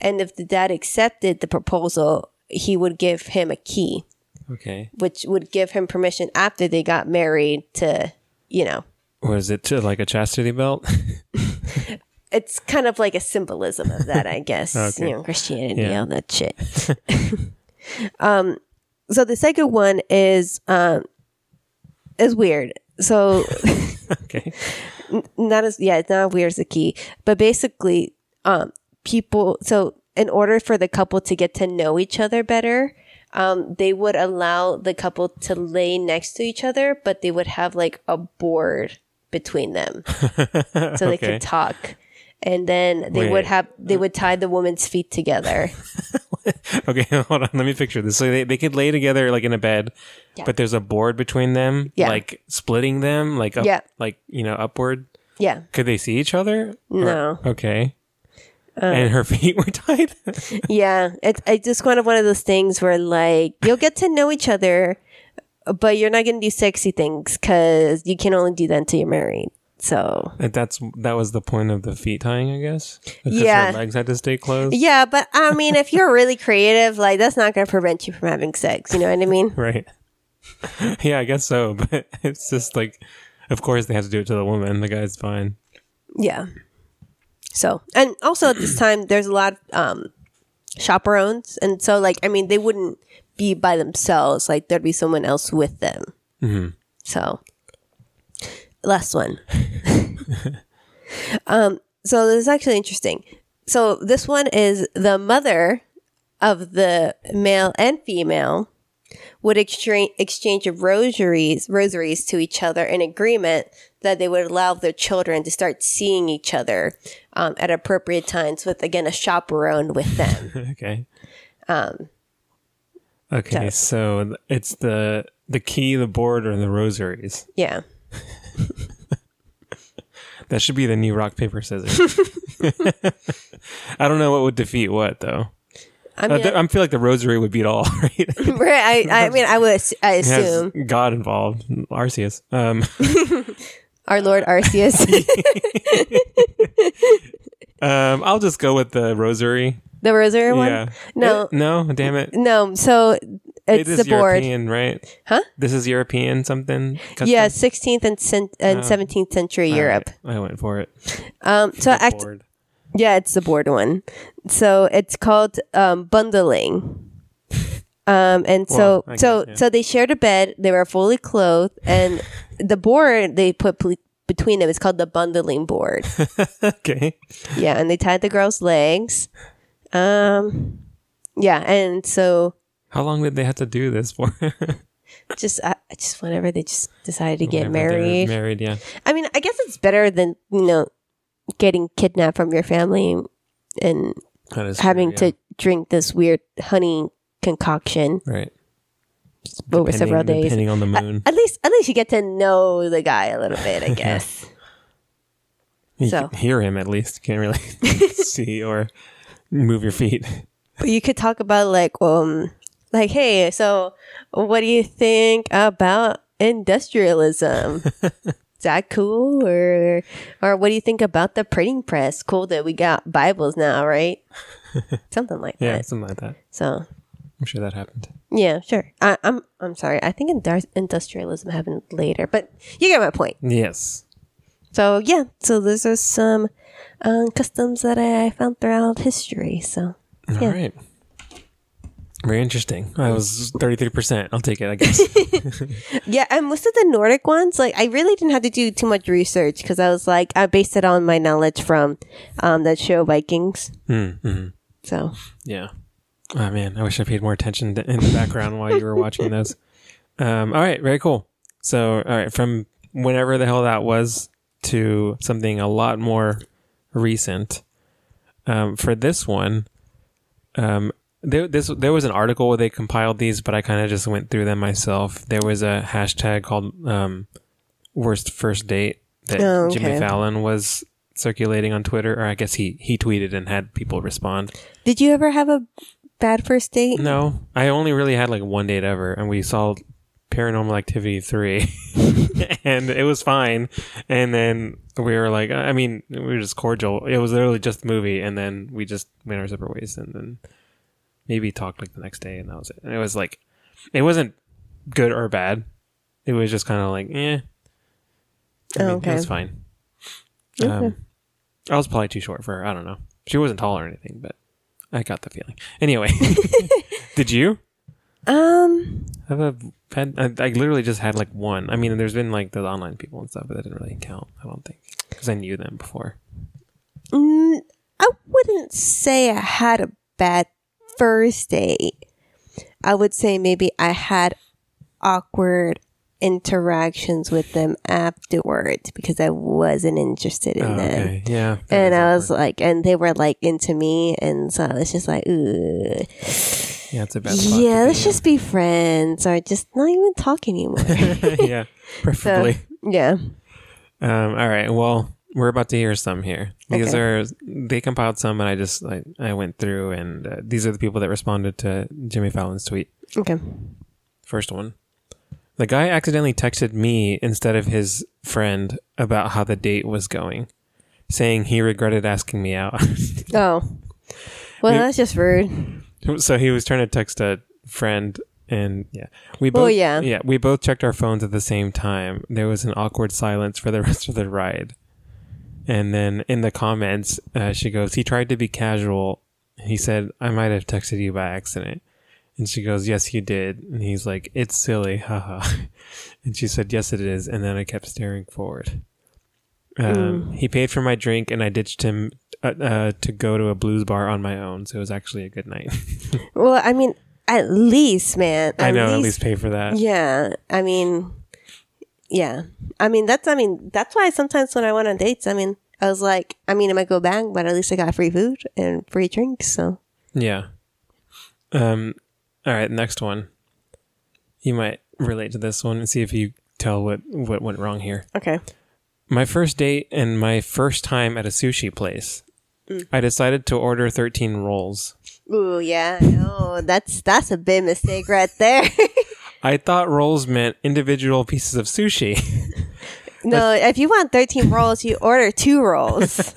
Speaker 2: and if the dad accepted the proposal he would give him a key
Speaker 1: okay.
Speaker 2: which would give him permission after they got married to you know
Speaker 1: Was it to like a chastity belt?
Speaker 2: it's kind of like a symbolism of that i guess you know christianity
Speaker 1: Yeah.
Speaker 2: all that shit um so the second one is um is weird so
Speaker 1: okay.
Speaker 2: not as yeah, it's not weird as a key, but basically, um, people. So in order for the couple to get to know each other better, um, they would allow the couple to lay next to each other, but they would have like a board between them, so they
Speaker 1: Okay.
Speaker 2: could talk. And then they
Speaker 1: Wait.
Speaker 2: would have they would tie the woman's feet together.
Speaker 1: Okay, hold on. Let me picture this. So they, they could lay together like in a bed,
Speaker 2: Yeah.
Speaker 1: but there's a board between them,
Speaker 2: Yeah.
Speaker 1: like splitting them, like up,
Speaker 2: Yeah.
Speaker 1: like you know, upward.
Speaker 2: yeah,
Speaker 1: Could they see each other? Or-
Speaker 2: No.
Speaker 1: okay.
Speaker 2: Uh.
Speaker 1: and her feet were tied.
Speaker 2: yeah. It's it's just kind of one of those things where like you'll get to know each other, but you're not gonna do sexy things because you can only do that until you're married. So
Speaker 1: And That's that was the point of the feet tying, I guess. Because
Speaker 2: Yeah.
Speaker 1: her legs had to stay closed.
Speaker 2: Yeah, but I mean, if you're really creative, like that's not going to prevent you from having sex. You know what I mean?
Speaker 1: Right. yeah, I guess so. But it's just like, of course they had to do it to the woman. The guy's fine.
Speaker 2: Yeah. So, and also at this time, there's a lot of um, chaperones. And so, like, I mean, they wouldn't be by themselves. Like, there'd be someone else with them. So, last one. um, so, this is actually interesting. So this one is the mother of the male and female would exchange exchange of rosaries rosaries to each other in agreement that they would allow their children to start seeing each other um, at appropriate times with again a chaperone with them.
Speaker 1: okay. Um. Okay, so th- it's the the key, the board, or the rosaries.
Speaker 2: yeah.
Speaker 1: That should be the new rock paper scissors. I don't know what would defeat what though.
Speaker 2: I
Speaker 1: I,
Speaker 2: mean,
Speaker 1: th- I feel like the rosary would beat all, right? It
Speaker 2: I, I, mean, I would, ass- I
Speaker 1: has
Speaker 2: assume
Speaker 1: God involved, Arceus. Um,
Speaker 2: our Lord Arceus,
Speaker 1: um, I'll just go with the rosary.
Speaker 2: the rosary one.
Speaker 1: Yeah.
Speaker 2: No,
Speaker 1: Eh, no, damn it.
Speaker 2: no. So
Speaker 1: It
Speaker 2: it's
Speaker 1: is
Speaker 2: the board.
Speaker 1: European, right?
Speaker 2: Huh?
Speaker 1: This is European something. Custom?
Speaker 2: Yeah, 16th and, cent- and 17th century
Speaker 1: Oh. All right,
Speaker 2: Europe.
Speaker 1: I went for it.
Speaker 2: Um, so
Speaker 1: The
Speaker 2: act-
Speaker 1: board.
Speaker 2: yeah, it's the board one. So it's called um, bundling. Um, and so,
Speaker 1: Well, I
Speaker 2: so,
Speaker 1: get- yeah.
Speaker 2: so they shared a bed. They were fully clothed, and the board they put ple- between them is called the bundling board.
Speaker 1: okay.
Speaker 2: yeah, and they tied the girl's legs. Um, yeah, and so
Speaker 1: How long did they have to do this for?
Speaker 2: just, I, I just whenever they just decided to get
Speaker 1: Whenever they were
Speaker 2: married.
Speaker 1: Married, yeah.
Speaker 2: I mean, I guess it's better than you know getting kidnapped from your family and
Speaker 1: That is true,
Speaker 2: having
Speaker 1: yeah.
Speaker 2: to drink this weird honey concoction
Speaker 1: right
Speaker 2: over several
Speaker 1: Depending-
Speaker 2: days.
Speaker 1: depending on the moon.
Speaker 2: At least, at least you get to know the guy a little bit, I guess.
Speaker 1: You
Speaker 2: so.
Speaker 1: can hear him at least. You can't really see or move your feet.
Speaker 2: but you could talk about like, um, like, hey, so what do you think about industrialism? Is that cool, or or what do you think about the printing press? Cool that we got Bibles now, right? Something like
Speaker 1: Yeah,
Speaker 2: that.
Speaker 1: something like that.
Speaker 2: So
Speaker 1: I'm sure that happened.
Speaker 2: Yeah, sure. I, I'm I'm sorry. I think indus- industrialism happened later, but you get my point.
Speaker 1: Yes.
Speaker 2: So yeah, so those are some um, customs that I found throughout history. So
Speaker 1: All right. Very interesting. I was 33%. I'll take it, I guess.
Speaker 2: yeah, and most of the Nordic ones, like I really didn't have to do too much research because I was like I based it on my knowledge from um, that show Vikings.
Speaker 1: mm-hmm.
Speaker 2: So
Speaker 1: Yeah. Oh, man. I wish I paid more attention to, in the background while you were watching those. Um, all right. Very cool. So, all right. From whenever the hell that was to something a lot more recent. Um, for this one, um, there, this, there was an article where they compiled these, but I kind of just went through them myself. There was a hashtag called um, worst first date that
Speaker 2: Oh,
Speaker 1: Jimmy
Speaker 2: okay.
Speaker 1: Fallon was circulating on Twitter, or I guess he, he tweeted and had people respond.
Speaker 2: did you ever have a bad first date?
Speaker 1: No, I only really had like one date ever, and we saw Paranormal Activity three, and it was fine. And then we were like, I mean, we were just cordial. It was literally just the movie, and then we just went our separate ways, and then maybe talked like the next day, and that was it. And it was like, it wasn't good or bad. It was just kind of like, eh. I mean,
Speaker 2: Oh, Okay.
Speaker 1: it was fine. Um, I was probably too short for her. I don't know. She wasn't tall or anything, but I got the feeling. Anyway, did you
Speaker 2: Um,
Speaker 1: have a pen? I, I literally just had like one. I mean, there's been like the online people and stuff, but that didn't really count. I don't think because I knew them before.
Speaker 2: Mm, I wouldn't say I had a bad first date. I would say maybe I had awkward interactions with them afterwards because I wasn't interested in
Speaker 1: Oh,
Speaker 2: them.
Speaker 1: okay, yeah. that
Speaker 2: And
Speaker 1: is
Speaker 2: I was
Speaker 1: awkward.
Speaker 2: like, and they were like into me, and so I was just like, ooh,
Speaker 1: yeah, it's a bad. spot to
Speaker 2: uh, yeah,
Speaker 1: be
Speaker 2: let's
Speaker 1: in.
Speaker 2: just be friends, or just not even talk anymore.
Speaker 1: yeah, preferably.
Speaker 2: yeah,
Speaker 1: Um, all right. Well, we're about to hear some here. These
Speaker 2: Okay.
Speaker 1: are they compiled some, and I just I, I went through, and uh, these are the people that responded to Jimmy Fallon's tweet.
Speaker 2: okay.
Speaker 1: First one. The guy accidentally texted me instead of his friend about how the date was going, saying he regretted asking me out.
Speaker 2: Oh, well,
Speaker 1: Yeah.
Speaker 2: that's just rude.
Speaker 1: so he was trying to text a friend and yeah. We both
Speaker 2: Well, yeah.
Speaker 1: yeah, we both checked our phones at the same time. There was an awkward silence for the rest of the ride. And then in the comments, uh, she goes, "He tried to be casual. He said I might have texted you by accident." And she goes, "Yes, you did." And he's like, "It's silly, haha." and she said, "Yes, it Mm. is." And then I kept staring forward. Um, He paid for my drink, and I ditched him uh, uh, to go to a blues bar on my own, so it was actually a good night.
Speaker 2: Well, I mean, at least, man.
Speaker 1: I know, at least pay for that.
Speaker 2: Yeah. I mean, yeah. I mean, that's, I mean, that's why sometimes when I went on dates, I mean, I was like, I mean, it might go bang, but at least I got free food and free drinks. So,
Speaker 1: Yeah. Um. All right, next one. You might relate to this one and see if you tell what what went wrong here.
Speaker 2: okay.
Speaker 1: My first date and my first time at a sushi place. I decided to order 13 rolls.
Speaker 2: Ooh, yeah. No, that's, that's a big mistake right there.
Speaker 1: I thought rolls meant individual pieces of sushi.
Speaker 2: no, if you want 13 rolls, you order two rolls.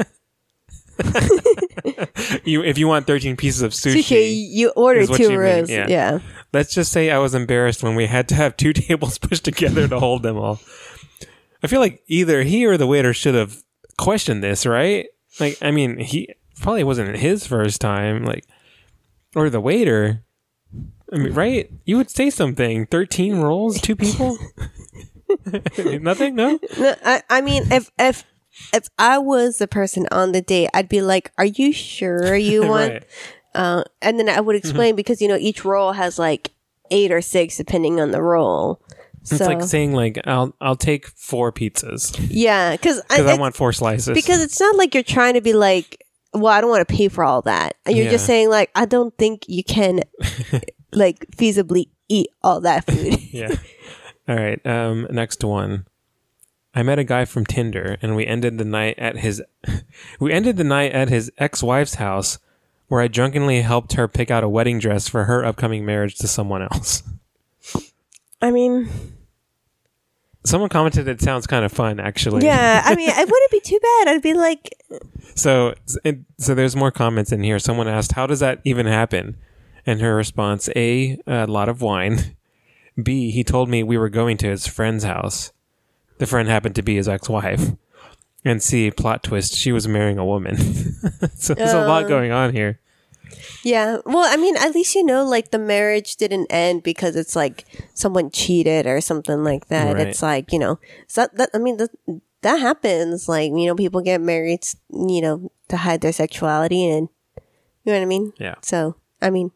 Speaker 1: you if you want 13 pieces of sushi.
Speaker 2: Sushi, you order
Speaker 1: is what
Speaker 2: two
Speaker 1: you mean,
Speaker 2: rolls.
Speaker 1: yeah.
Speaker 2: yeah.
Speaker 1: Let's just say I was embarrassed when we had to have two tables pushed together to hold them all. I feel like either he or the waiter should have questioned this, right? Like, I mean, he probably wasn't his first time, like, or the waiter. I mean, right? You would say something. Thirteen rolls, two people. Nothing, no.
Speaker 2: No, I, I mean, if if if I was the person on the date, I'd be like, "Are you sure you want?"
Speaker 1: Right.
Speaker 2: uh, and then I would
Speaker 1: Mm-hmm.
Speaker 2: explain because you know each roll has like eight or six depending on the roll. So
Speaker 1: It's like saying like I'll I'll take four pizzas
Speaker 2: yeah, because
Speaker 1: because I want four slices.
Speaker 2: because it's not like you're trying to be like, "Well, I don't want to pay for all that." You're just
Speaker 1: Yeah.
Speaker 2: saying like, "I don't think you can like feasibly eat all that food."
Speaker 1: yeah. All right. Um, next one. I met a guy from Tinder, and we ended the night at his. we ended the night at his ex-wife's house, where I drunkenly helped her pick out a wedding dress for her upcoming marriage to someone else.
Speaker 2: I mean,
Speaker 1: Someone commented, "It sounds kind of fun, actually."
Speaker 2: yeah, I mean, it wouldn't be too bad. I'd be like,
Speaker 1: So, it, so there's more comments in here. Someone asked, "How does that even happen?" And her response: A, a lot of wine. B, he told me we were going to his friend's house. The friend happened to be his ex-wife. And C, plot twist: she was marrying a woman. so there's a
Speaker 2: Oh.
Speaker 1: lot going on here.
Speaker 2: Yeah. Well, I mean, at least you know, like the marriage didn't end because it's like someone cheated or something like that.
Speaker 1: Right.
Speaker 2: It's like you know, so that I mean, that that happens. Like you know, people get married, you know, to hide their sexuality, and you know what I mean.
Speaker 1: Yeah.
Speaker 2: So I mean,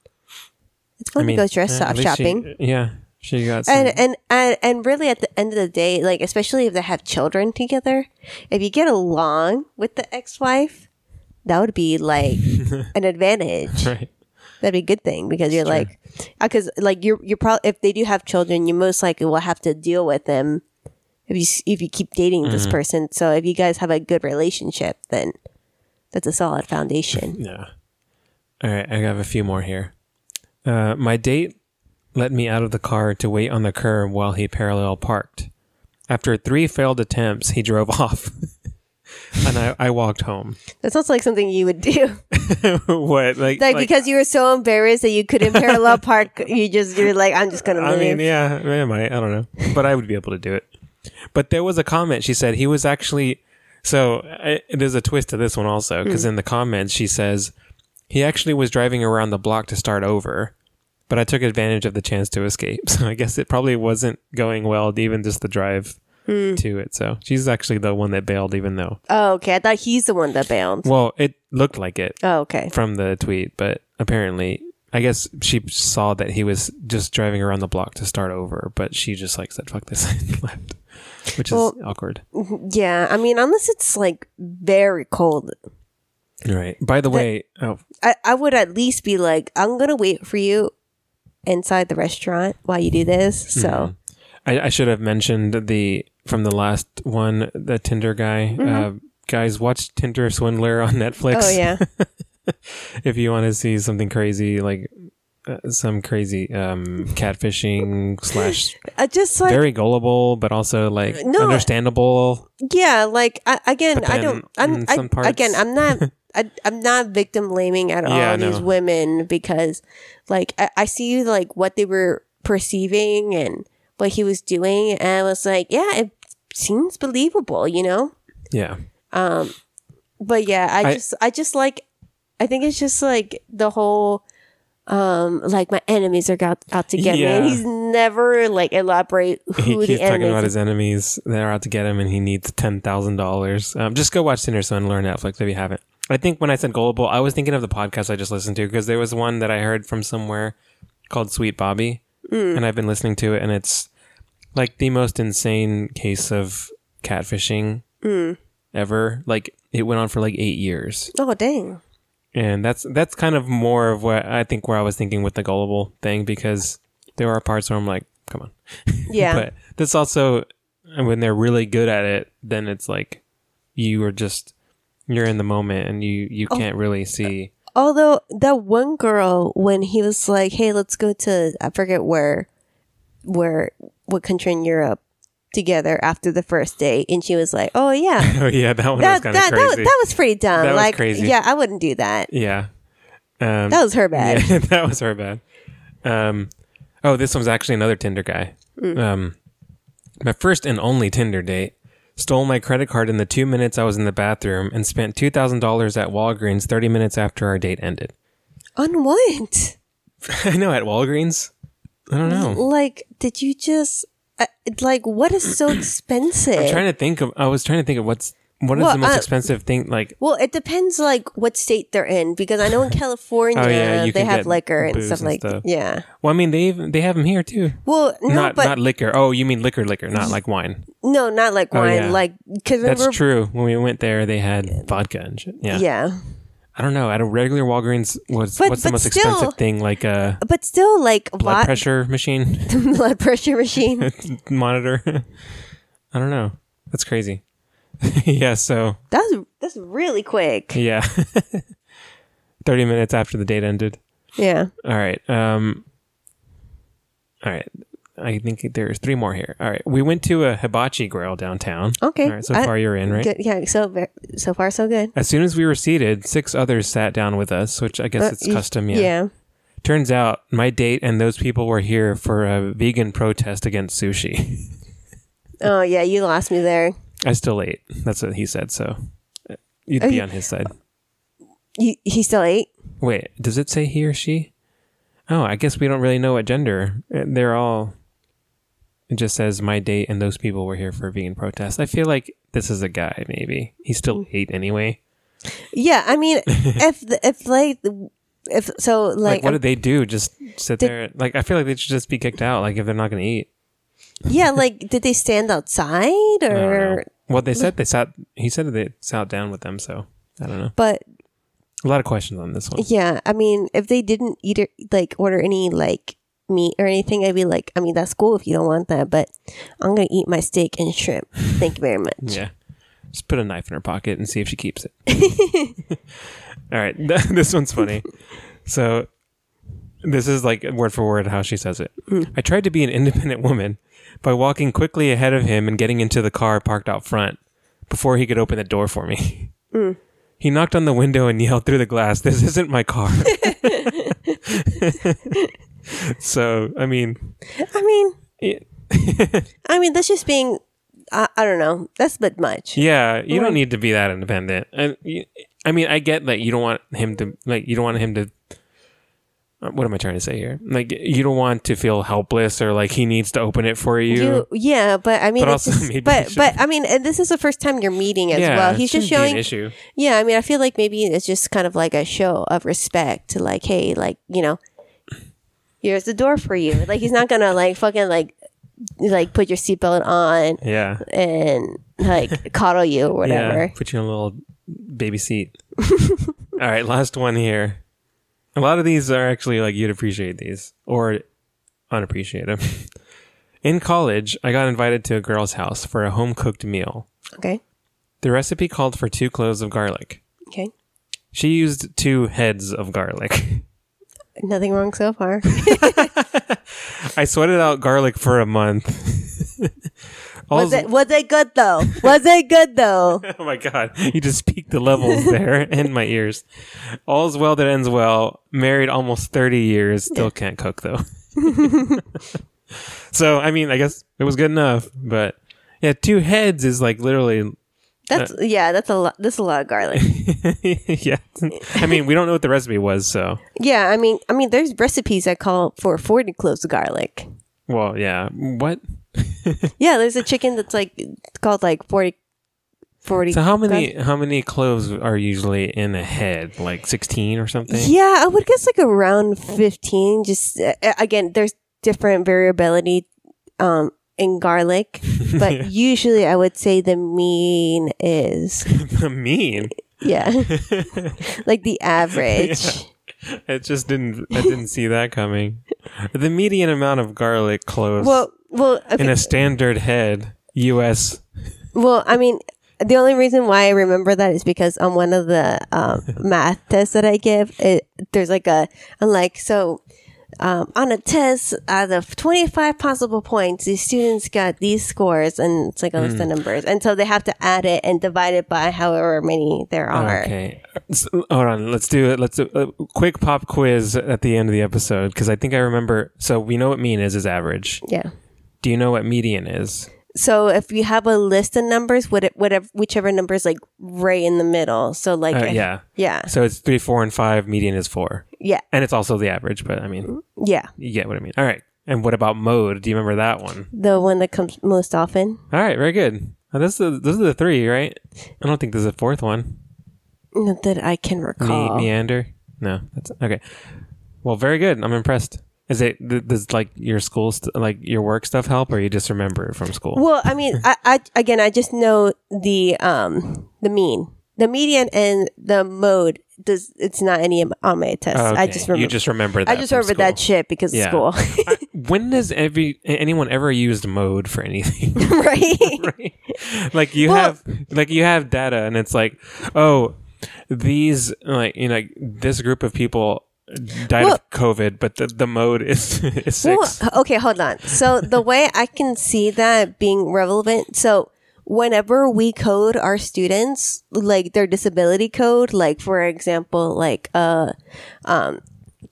Speaker 2: it's
Speaker 1: I
Speaker 2: fun
Speaker 1: mean,
Speaker 2: to go dress
Speaker 1: eh,
Speaker 2: shop
Speaker 1: at least she-
Speaker 2: shopping.
Speaker 1: yeah, she got some.
Speaker 2: and, and and and really, at the end of the day, like especially if they have children together, if you get along with the ex-wife, that would be like an advantage.
Speaker 1: right.
Speaker 2: That'd be a good thing because you're like, because like you're you're probably if they do have children, you most likely will have to deal with them if you s- if you keep dating
Speaker 1: Mm-hmm.
Speaker 2: this person. So if you guys have a good relationship, then that's a solid foundation.
Speaker 1: Yeah. All right, I have a few more here. Uh, my date let me out of the car to wait on the curb while he parallel parked. After three failed attempts, he drove off, and I, I walked home.
Speaker 2: that sounds like something you would do,
Speaker 1: what? Like,
Speaker 2: like,
Speaker 1: like,
Speaker 2: because you were so embarrassed that you couldn't parallel park. You just you're like, I'm just gonna
Speaker 1: I
Speaker 2: leave.
Speaker 1: mean, yeah, I might. I don't know, but I would be able to do it. But there was a comment. She said he was actually. So I, there's a twist to this one also, because in the comments she says he actually was driving around the block to start over, but I took advantage of the chance to escape. So I guess it probably wasn't going well, even just the drive to it. So she's actually the one that bailed, even though.
Speaker 2: Oh, okay. I thought he's the one that bailed.
Speaker 1: Well, it looked like it
Speaker 2: Oh, okay.
Speaker 1: from the tweet, but apparently, I guess she saw that he was just driving around the block to start over, but she just like said, "Fuck this," and left, which
Speaker 2: Well-
Speaker 1: is awkward.
Speaker 2: Yeah, I mean, unless it's like very cold,
Speaker 1: Right. By the way, oh
Speaker 2: I, I would at least be like, I'm gonna wait for you inside the restaurant while you do this. So
Speaker 1: I, I should have mentioned the from the last one, the Tinder guy. Uh, guys, watch Tinder Swindler on Netflix.
Speaker 2: Mm-hmm. oh yeah.
Speaker 1: if you want to see something crazy, like uh, some crazy um, catfishing slash
Speaker 2: I just like
Speaker 1: very gullible, but also like
Speaker 2: No.
Speaker 1: understandable.
Speaker 2: yeah, like I, again
Speaker 1: But
Speaker 2: I don't
Speaker 1: then
Speaker 2: I'm
Speaker 1: in
Speaker 2: I,
Speaker 1: some parts-
Speaker 2: again I'm not I, I'm not victim blaming at all
Speaker 1: Yeah, I
Speaker 2: these
Speaker 1: know.
Speaker 2: women because like I, I see like what they were perceiving and what he was doing and I was like, Yeah, it seems believable, you know?
Speaker 1: Yeah.
Speaker 2: Um, but yeah, I,
Speaker 1: I-
Speaker 2: just, I just like, I think it's just like the whole, um, like my enemies are out, out to get
Speaker 1: Yeah.
Speaker 2: me. And he's never like elaborate
Speaker 1: he
Speaker 2: who
Speaker 1: keeps
Speaker 2: the
Speaker 1: talking
Speaker 2: enemies.
Speaker 1: about his enemies that are out to get him and he needs ten thousand dollars. Um, just go watch Sinners Son, learn Netflix if you haven't. I think when I said gullible, I was thinking of the podcast I just listened to because there was one that I heard from somewhere called Sweet Bobby, and I've been listening to it, and it's like the most insane case of catfishing ever. Like it went on for like eight years,
Speaker 2: Oh, dang.
Speaker 1: and that's that's kind of more of what I think where I was thinking with the gullible thing because there are parts where I'm like, come on,
Speaker 2: Yeah.
Speaker 1: but that's also and when they're really good at it, then it's like you are just you're in the moment and you you
Speaker 2: Oh.
Speaker 1: can't really see.
Speaker 2: Although that one girl, when he was like, "Hey, let's go to I forget where, where what country in Europe together after the first date," and she was like, "Oh yeah,
Speaker 1: oh yeah, that one
Speaker 2: that
Speaker 1: was
Speaker 2: that,
Speaker 1: kind of
Speaker 2: that,
Speaker 1: crazy.
Speaker 2: that was pretty dumb.
Speaker 1: That was
Speaker 2: like,
Speaker 1: crazy.
Speaker 2: yeah, I wouldn't do that.
Speaker 1: yeah, um,
Speaker 2: That was her bad.
Speaker 1: yeah, that was her bad. Um, oh, this one's actually another Tinder guy.
Speaker 2: Mm.
Speaker 1: Um, my first and only Tinder date stole my credit card in the two minutes I was in the bathroom and spent two thousand dollars at Walgreens thirty minutes after our date ended.
Speaker 2: On what?
Speaker 1: I know at Walgreens. I don't know.
Speaker 2: Like, did you just uh, like what is so expensive?
Speaker 1: I'm trying to think of. I was trying to think of what's what is
Speaker 2: Eh. Well,
Speaker 1: the most
Speaker 2: uh,
Speaker 1: expensive thing. Like,
Speaker 2: well, it depends like what state they're in because I know in California
Speaker 1: Oh, you
Speaker 2: they
Speaker 1: can
Speaker 2: have
Speaker 1: get
Speaker 2: liquor and
Speaker 1: booze
Speaker 2: stuff
Speaker 1: and
Speaker 2: like
Speaker 1: stuff.
Speaker 2: yeah.
Speaker 1: well, I mean, they even- they have them here too.
Speaker 2: Well, no,
Speaker 1: not
Speaker 2: but
Speaker 1: not liquor. Oh, you mean liquor, liquor, not like wine.
Speaker 2: No, not like wine.
Speaker 1: Oh, yeah.
Speaker 2: Like because
Speaker 1: That's
Speaker 2: remember,
Speaker 1: true. When we went there, they had vodka and shit. Yeah.
Speaker 2: yeah.
Speaker 1: I don't know. At a regular Walgreens, what's
Speaker 2: But-
Speaker 1: what's the
Speaker 2: but
Speaker 1: most
Speaker 2: still-
Speaker 1: expensive thing? Like a
Speaker 2: But still, like
Speaker 1: blood
Speaker 2: lot-
Speaker 1: pressure machine
Speaker 2: blood pressure machine.
Speaker 1: monitor. I don't know. That's crazy. yeah. So
Speaker 2: That's that's really quick.
Speaker 1: yeah, thirty minutes after the date ended.
Speaker 2: Yeah.
Speaker 1: All right. Um, all right. I think there's three more here. All right. We went to a hibachi grill downtown.
Speaker 2: Okay.
Speaker 1: All right. So
Speaker 2: I-
Speaker 1: far, you're in, right?
Speaker 2: Good. Yeah. So ver- so far so good.
Speaker 1: As soon as we were seated, six others sat down with us, which I guess
Speaker 2: Uh,
Speaker 1: it's
Speaker 2: you-
Speaker 1: custom. Yeah.
Speaker 2: Yeah.
Speaker 1: Turns out my date and those people were here for a vegan protest against sushi.
Speaker 2: Oh yeah, you lost me there.
Speaker 1: I still ate. That's what he said. So uh, you'd be
Speaker 2: Oh, you-
Speaker 1: on his side.
Speaker 2: You, he still ate.
Speaker 1: Wait, does it say he or she? Oh, I guess we don't really know what gender. Uh, They're all. It just says my date and those people were here for a vegan protest. I feel like this is a guy, maybe. He still ate anyway.
Speaker 2: Yeah. I mean, if the, if like the- if so
Speaker 1: Like,
Speaker 2: like, um,
Speaker 1: what did they do? Just sit there? Like, I feel like they should just be kicked out, like, if they're not going to eat.
Speaker 2: yeah, like did they stand outside
Speaker 1: I don't know.
Speaker 2: or?
Speaker 1: Well, they said they sat, he said that they sat down with them, so I don't know.
Speaker 2: But
Speaker 1: A lot of questions on this one.
Speaker 2: yeah, I mean, if they didn't eat or, like order any like meat or anything, I'd be like, I mean, that's cool if you don't want that, but I'm gonna eat my steak and shrimp. Thank you very much.
Speaker 1: Yeah. Just put a knife in her pocket and see if she keeps it. All right. This one's funny. So, this is like word for word how she says it. I tried to be an independent woman by walking quickly ahead of him and getting into the car parked out front before he could open the door for me. He knocked on the window and yelled through the glass, This isn't my car. so, I mean,
Speaker 2: I mean,
Speaker 1: it-
Speaker 2: I mean, that's just being. I, I don't know. That's a bit much.
Speaker 1: Yeah, you don't need to be that independent. And you, I mean, I get that you don't want him to like you don't want him to. uh, What am I trying to say here? Like you don't want to feel helpless or like he needs to open it for you.
Speaker 2: You, yeah, but I mean,
Speaker 1: But
Speaker 2: it's
Speaker 1: also
Speaker 2: just-
Speaker 1: maybe you
Speaker 2: but
Speaker 1: should-
Speaker 2: but I mean, and this is the first time you're meeting as well.
Speaker 1: it
Speaker 2: He's just
Speaker 1: shouldn't be
Speaker 2: showing.
Speaker 1: an issue.
Speaker 2: Yeah, I mean, I feel like maybe it's just kind of like a show of respect to like, hey, like you know, here's the door for you. Like he's not gonna like fucking like like put your seatbelt on
Speaker 1: Yeah,
Speaker 2: and like coddle you or
Speaker 1: yeah.
Speaker 2: whatever.
Speaker 1: Put you in a little baby seat. All right, last one here. A lot of these are actually like you'd appreciate these or unappreciate them. In college, I got invited to a girl's house for a home cooked meal.
Speaker 2: Okay.
Speaker 1: The recipe called for two cloves of garlic.
Speaker 2: Okay.
Speaker 1: She used two heads of garlic.
Speaker 2: Nothing wrong so far.
Speaker 1: I sweated out garlic for a month. All's-
Speaker 2: Was it was it good though? Was it good though?
Speaker 1: oh my god, you just peaked the levels there in my ears. All's well that ends well. Married almost 30 years, still can't cook though. so, I mean, I guess it was good enough, but yeah, two heads is like literally
Speaker 2: That's yeah. That's a lot. That's a lot of garlic.
Speaker 1: yeah. I mean, we don't know what the recipe was, so
Speaker 2: yeah, I mean, I mean, there's recipes that call for forty cloves of garlic.
Speaker 1: well, yeah. What?
Speaker 2: Yeah, there's a chicken that's like called like forty forty.
Speaker 1: So how many how many cloves are usually in a head? Like sixteen or something?
Speaker 2: Yeah, I would guess like around 15. Just uh, again, there's different variability um, in garlic, but
Speaker 1: Yeah.
Speaker 2: usually I would say the mean is,
Speaker 1: mean.
Speaker 2: yeah, like the average.
Speaker 1: It just didn't. I didn't see that coming. The median amount of garlic cloves
Speaker 2: Well, well,
Speaker 1: in
Speaker 2: okay.
Speaker 1: a standard head, U.S.
Speaker 2: well, I mean, the only reason why I remember that is because on one of the um, math tests that I give, it, there's like a, I'm like, so um, on a test out of 25 possible points, the students got these scores, and it's like a
Speaker 1: Hmm.
Speaker 2: list of numbers. And so they have to add it and divide it by however many there are.
Speaker 1: Oh, Okay. So, hold on. Let's do it. Let's do a quick pop quiz at the end of the episode because I think I remember. So we know what mean is is average.
Speaker 2: Yeah.
Speaker 1: Do you know what median is?
Speaker 2: So if you have a list of numbers, what it, whatever, whichever number is like right in the middle. So like,
Speaker 1: Uh,
Speaker 2: if-
Speaker 1: yeah.
Speaker 2: yeah,
Speaker 1: So it's three, four, and five. Median is four,
Speaker 2: yeah,
Speaker 1: and it's also the average. But I mean,
Speaker 2: yeah.
Speaker 1: you get what I mean. All right. And what about mode? Do you remember that one?
Speaker 2: The one that comes most often.
Speaker 1: All right. Very good. Now, this is those are the three, right? I don't think there's a fourth one.
Speaker 2: Not that I can
Speaker 1: Ne-
Speaker 2: recall.
Speaker 1: Neander. No. That's okay. Well, very good. I'm impressed. Is it th- does like your school st- like your work stuff help, or you just remember it from school?
Speaker 2: Well, I mean, I, I again, I just know the um the mean, the median, and the mode. Does it's not any of- on my test.
Speaker 1: Oh,
Speaker 2: I
Speaker 1: okay.
Speaker 2: just remember.
Speaker 1: You just remember that.
Speaker 2: I just
Speaker 1: from
Speaker 2: remember that
Speaker 1: school.
Speaker 2: shit because
Speaker 1: Yeah.
Speaker 2: of school,
Speaker 1: when does every anyone ever used mode for anything?
Speaker 2: right?
Speaker 1: right? Like you
Speaker 2: Well-
Speaker 1: have like you have data, and it's like, oh, these like you know this group of people died
Speaker 2: Well-
Speaker 1: of COVID, but the, the mode is is six.
Speaker 2: Well, okay, hold on. So the way I can see that being relevant, so whenever we code our students, like their disability code, like for example, like uh, um,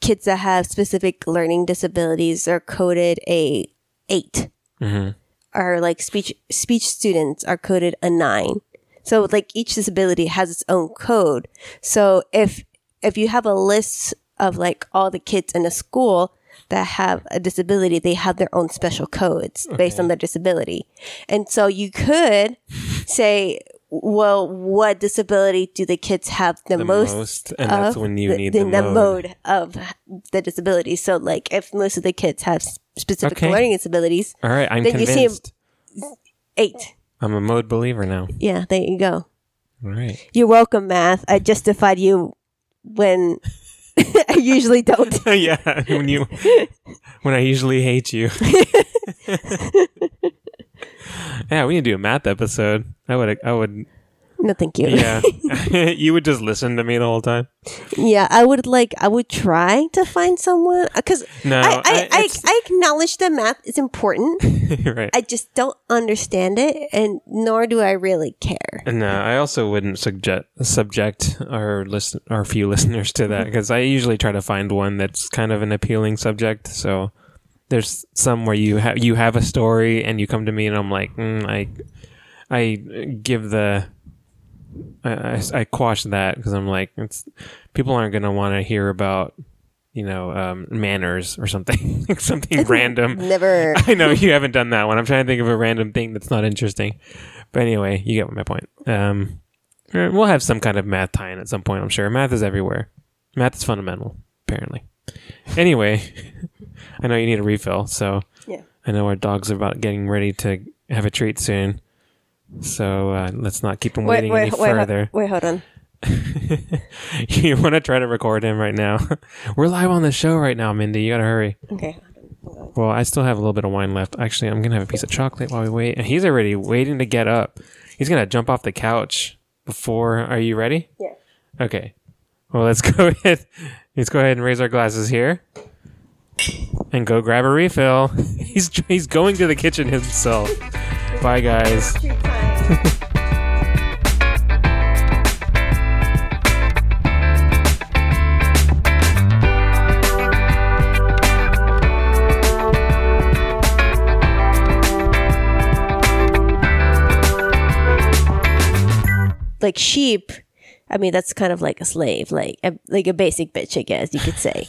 Speaker 2: kids that have specific learning disabilities are coded a eight,
Speaker 1: Mhm.
Speaker 2: or like speech speech students are coded a nine. So like each disability has its own code. So if if you have a list of like all the kids in a school that have a disability, they have their own special codes based on their disability. And so you could say, well, what disability do the kids have the,
Speaker 1: the
Speaker 2: most?
Speaker 1: most, and that's
Speaker 2: of
Speaker 1: when you
Speaker 2: the,
Speaker 1: need the,
Speaker 2: the, the
Speaker 1: mode.
Speaker 2: mode of the disability. So like if most of the kids have s- specific
Speaker 1: Okay.
Speaker 2: learning disabilities,
Speaker 1: All right, I'm
Speaker 2: Then you see 'em-
Speaker 1: convinced.
Speaker 2: eight.
Speaker 1: I'm a mode believer now.
Speaker 2: Yeah, there you go.
Speaker 1: All right.
Speaker 2: You're welcome, math. I justified you when I usually don't.
Speaker 1: yeah, when you when I usually hate you. yeah, we need to do a math episode. I would I would
Speaker 2: No, thank you.
Speaker 1: yeah. you would just listen to me the whole time.
Speaker 2: Yeah, I would like, I would try to find someone because
Speaker 1: No,
Speaker 2: I, I,
Speaker 1: I-
Speaker 2: I,
Speaker 1: it's-
Speaker 2: I acknowledge that math is important.
Speaker 1: right.
Speaker 2: I just don't understand it, and nor do I really care.
Speaker 1: no, uh, I also wouldn't subject subject our listen our few listeners to that because I usually try to find one that's kind of an appealing subject. So there's some where you have you have a story and you come to me and I'm like mm, I I give the I, I, I quash that because I'm like it's people aren't gonna want to hear about you know um, manners or something something random
Speaker 2: Never.
Speaker 1: I know you haven't done that one. I'm trying to think of a random thing that's not interesting. But anyway, you get my point. Um, er, we'll have some kind of math tie-in at some point. I'm sure math is everywhere. Math is fundamental, apparently. Anyway, I know you need a refill, so
Speaker 2: Yeah.
Speaker 1: I know our dogs are about getting ready to have a treat soon. So uh, let's not keep them waiting any
Speaker 2: ho-
Speaker 1: further.
Speaker 2: wait, hold on.
Speaker 1: you want to try to record him right now? We're live on the show right now, Mindy. You gotta hurry.
Speaker 2: Okay.
Speaker 1: Well, I still have a little bit of wine left. Actually, I'm gonna have a piece of chocolate while we wait. And he's already waiting to get up. He's gonna jump off the couch before. Are you ready?
Speaker 2: Yeah.
Speaker 1: Okay. Well, let's go ahead. Let's go ahead and raise our glasses here, and go grab a refill. He's he's going to the kitchen himself. Bye, guys.
Speaker 2: like sheep. I mean, that's kind of like a slave, like a, like a basic bitch, I guess you could say.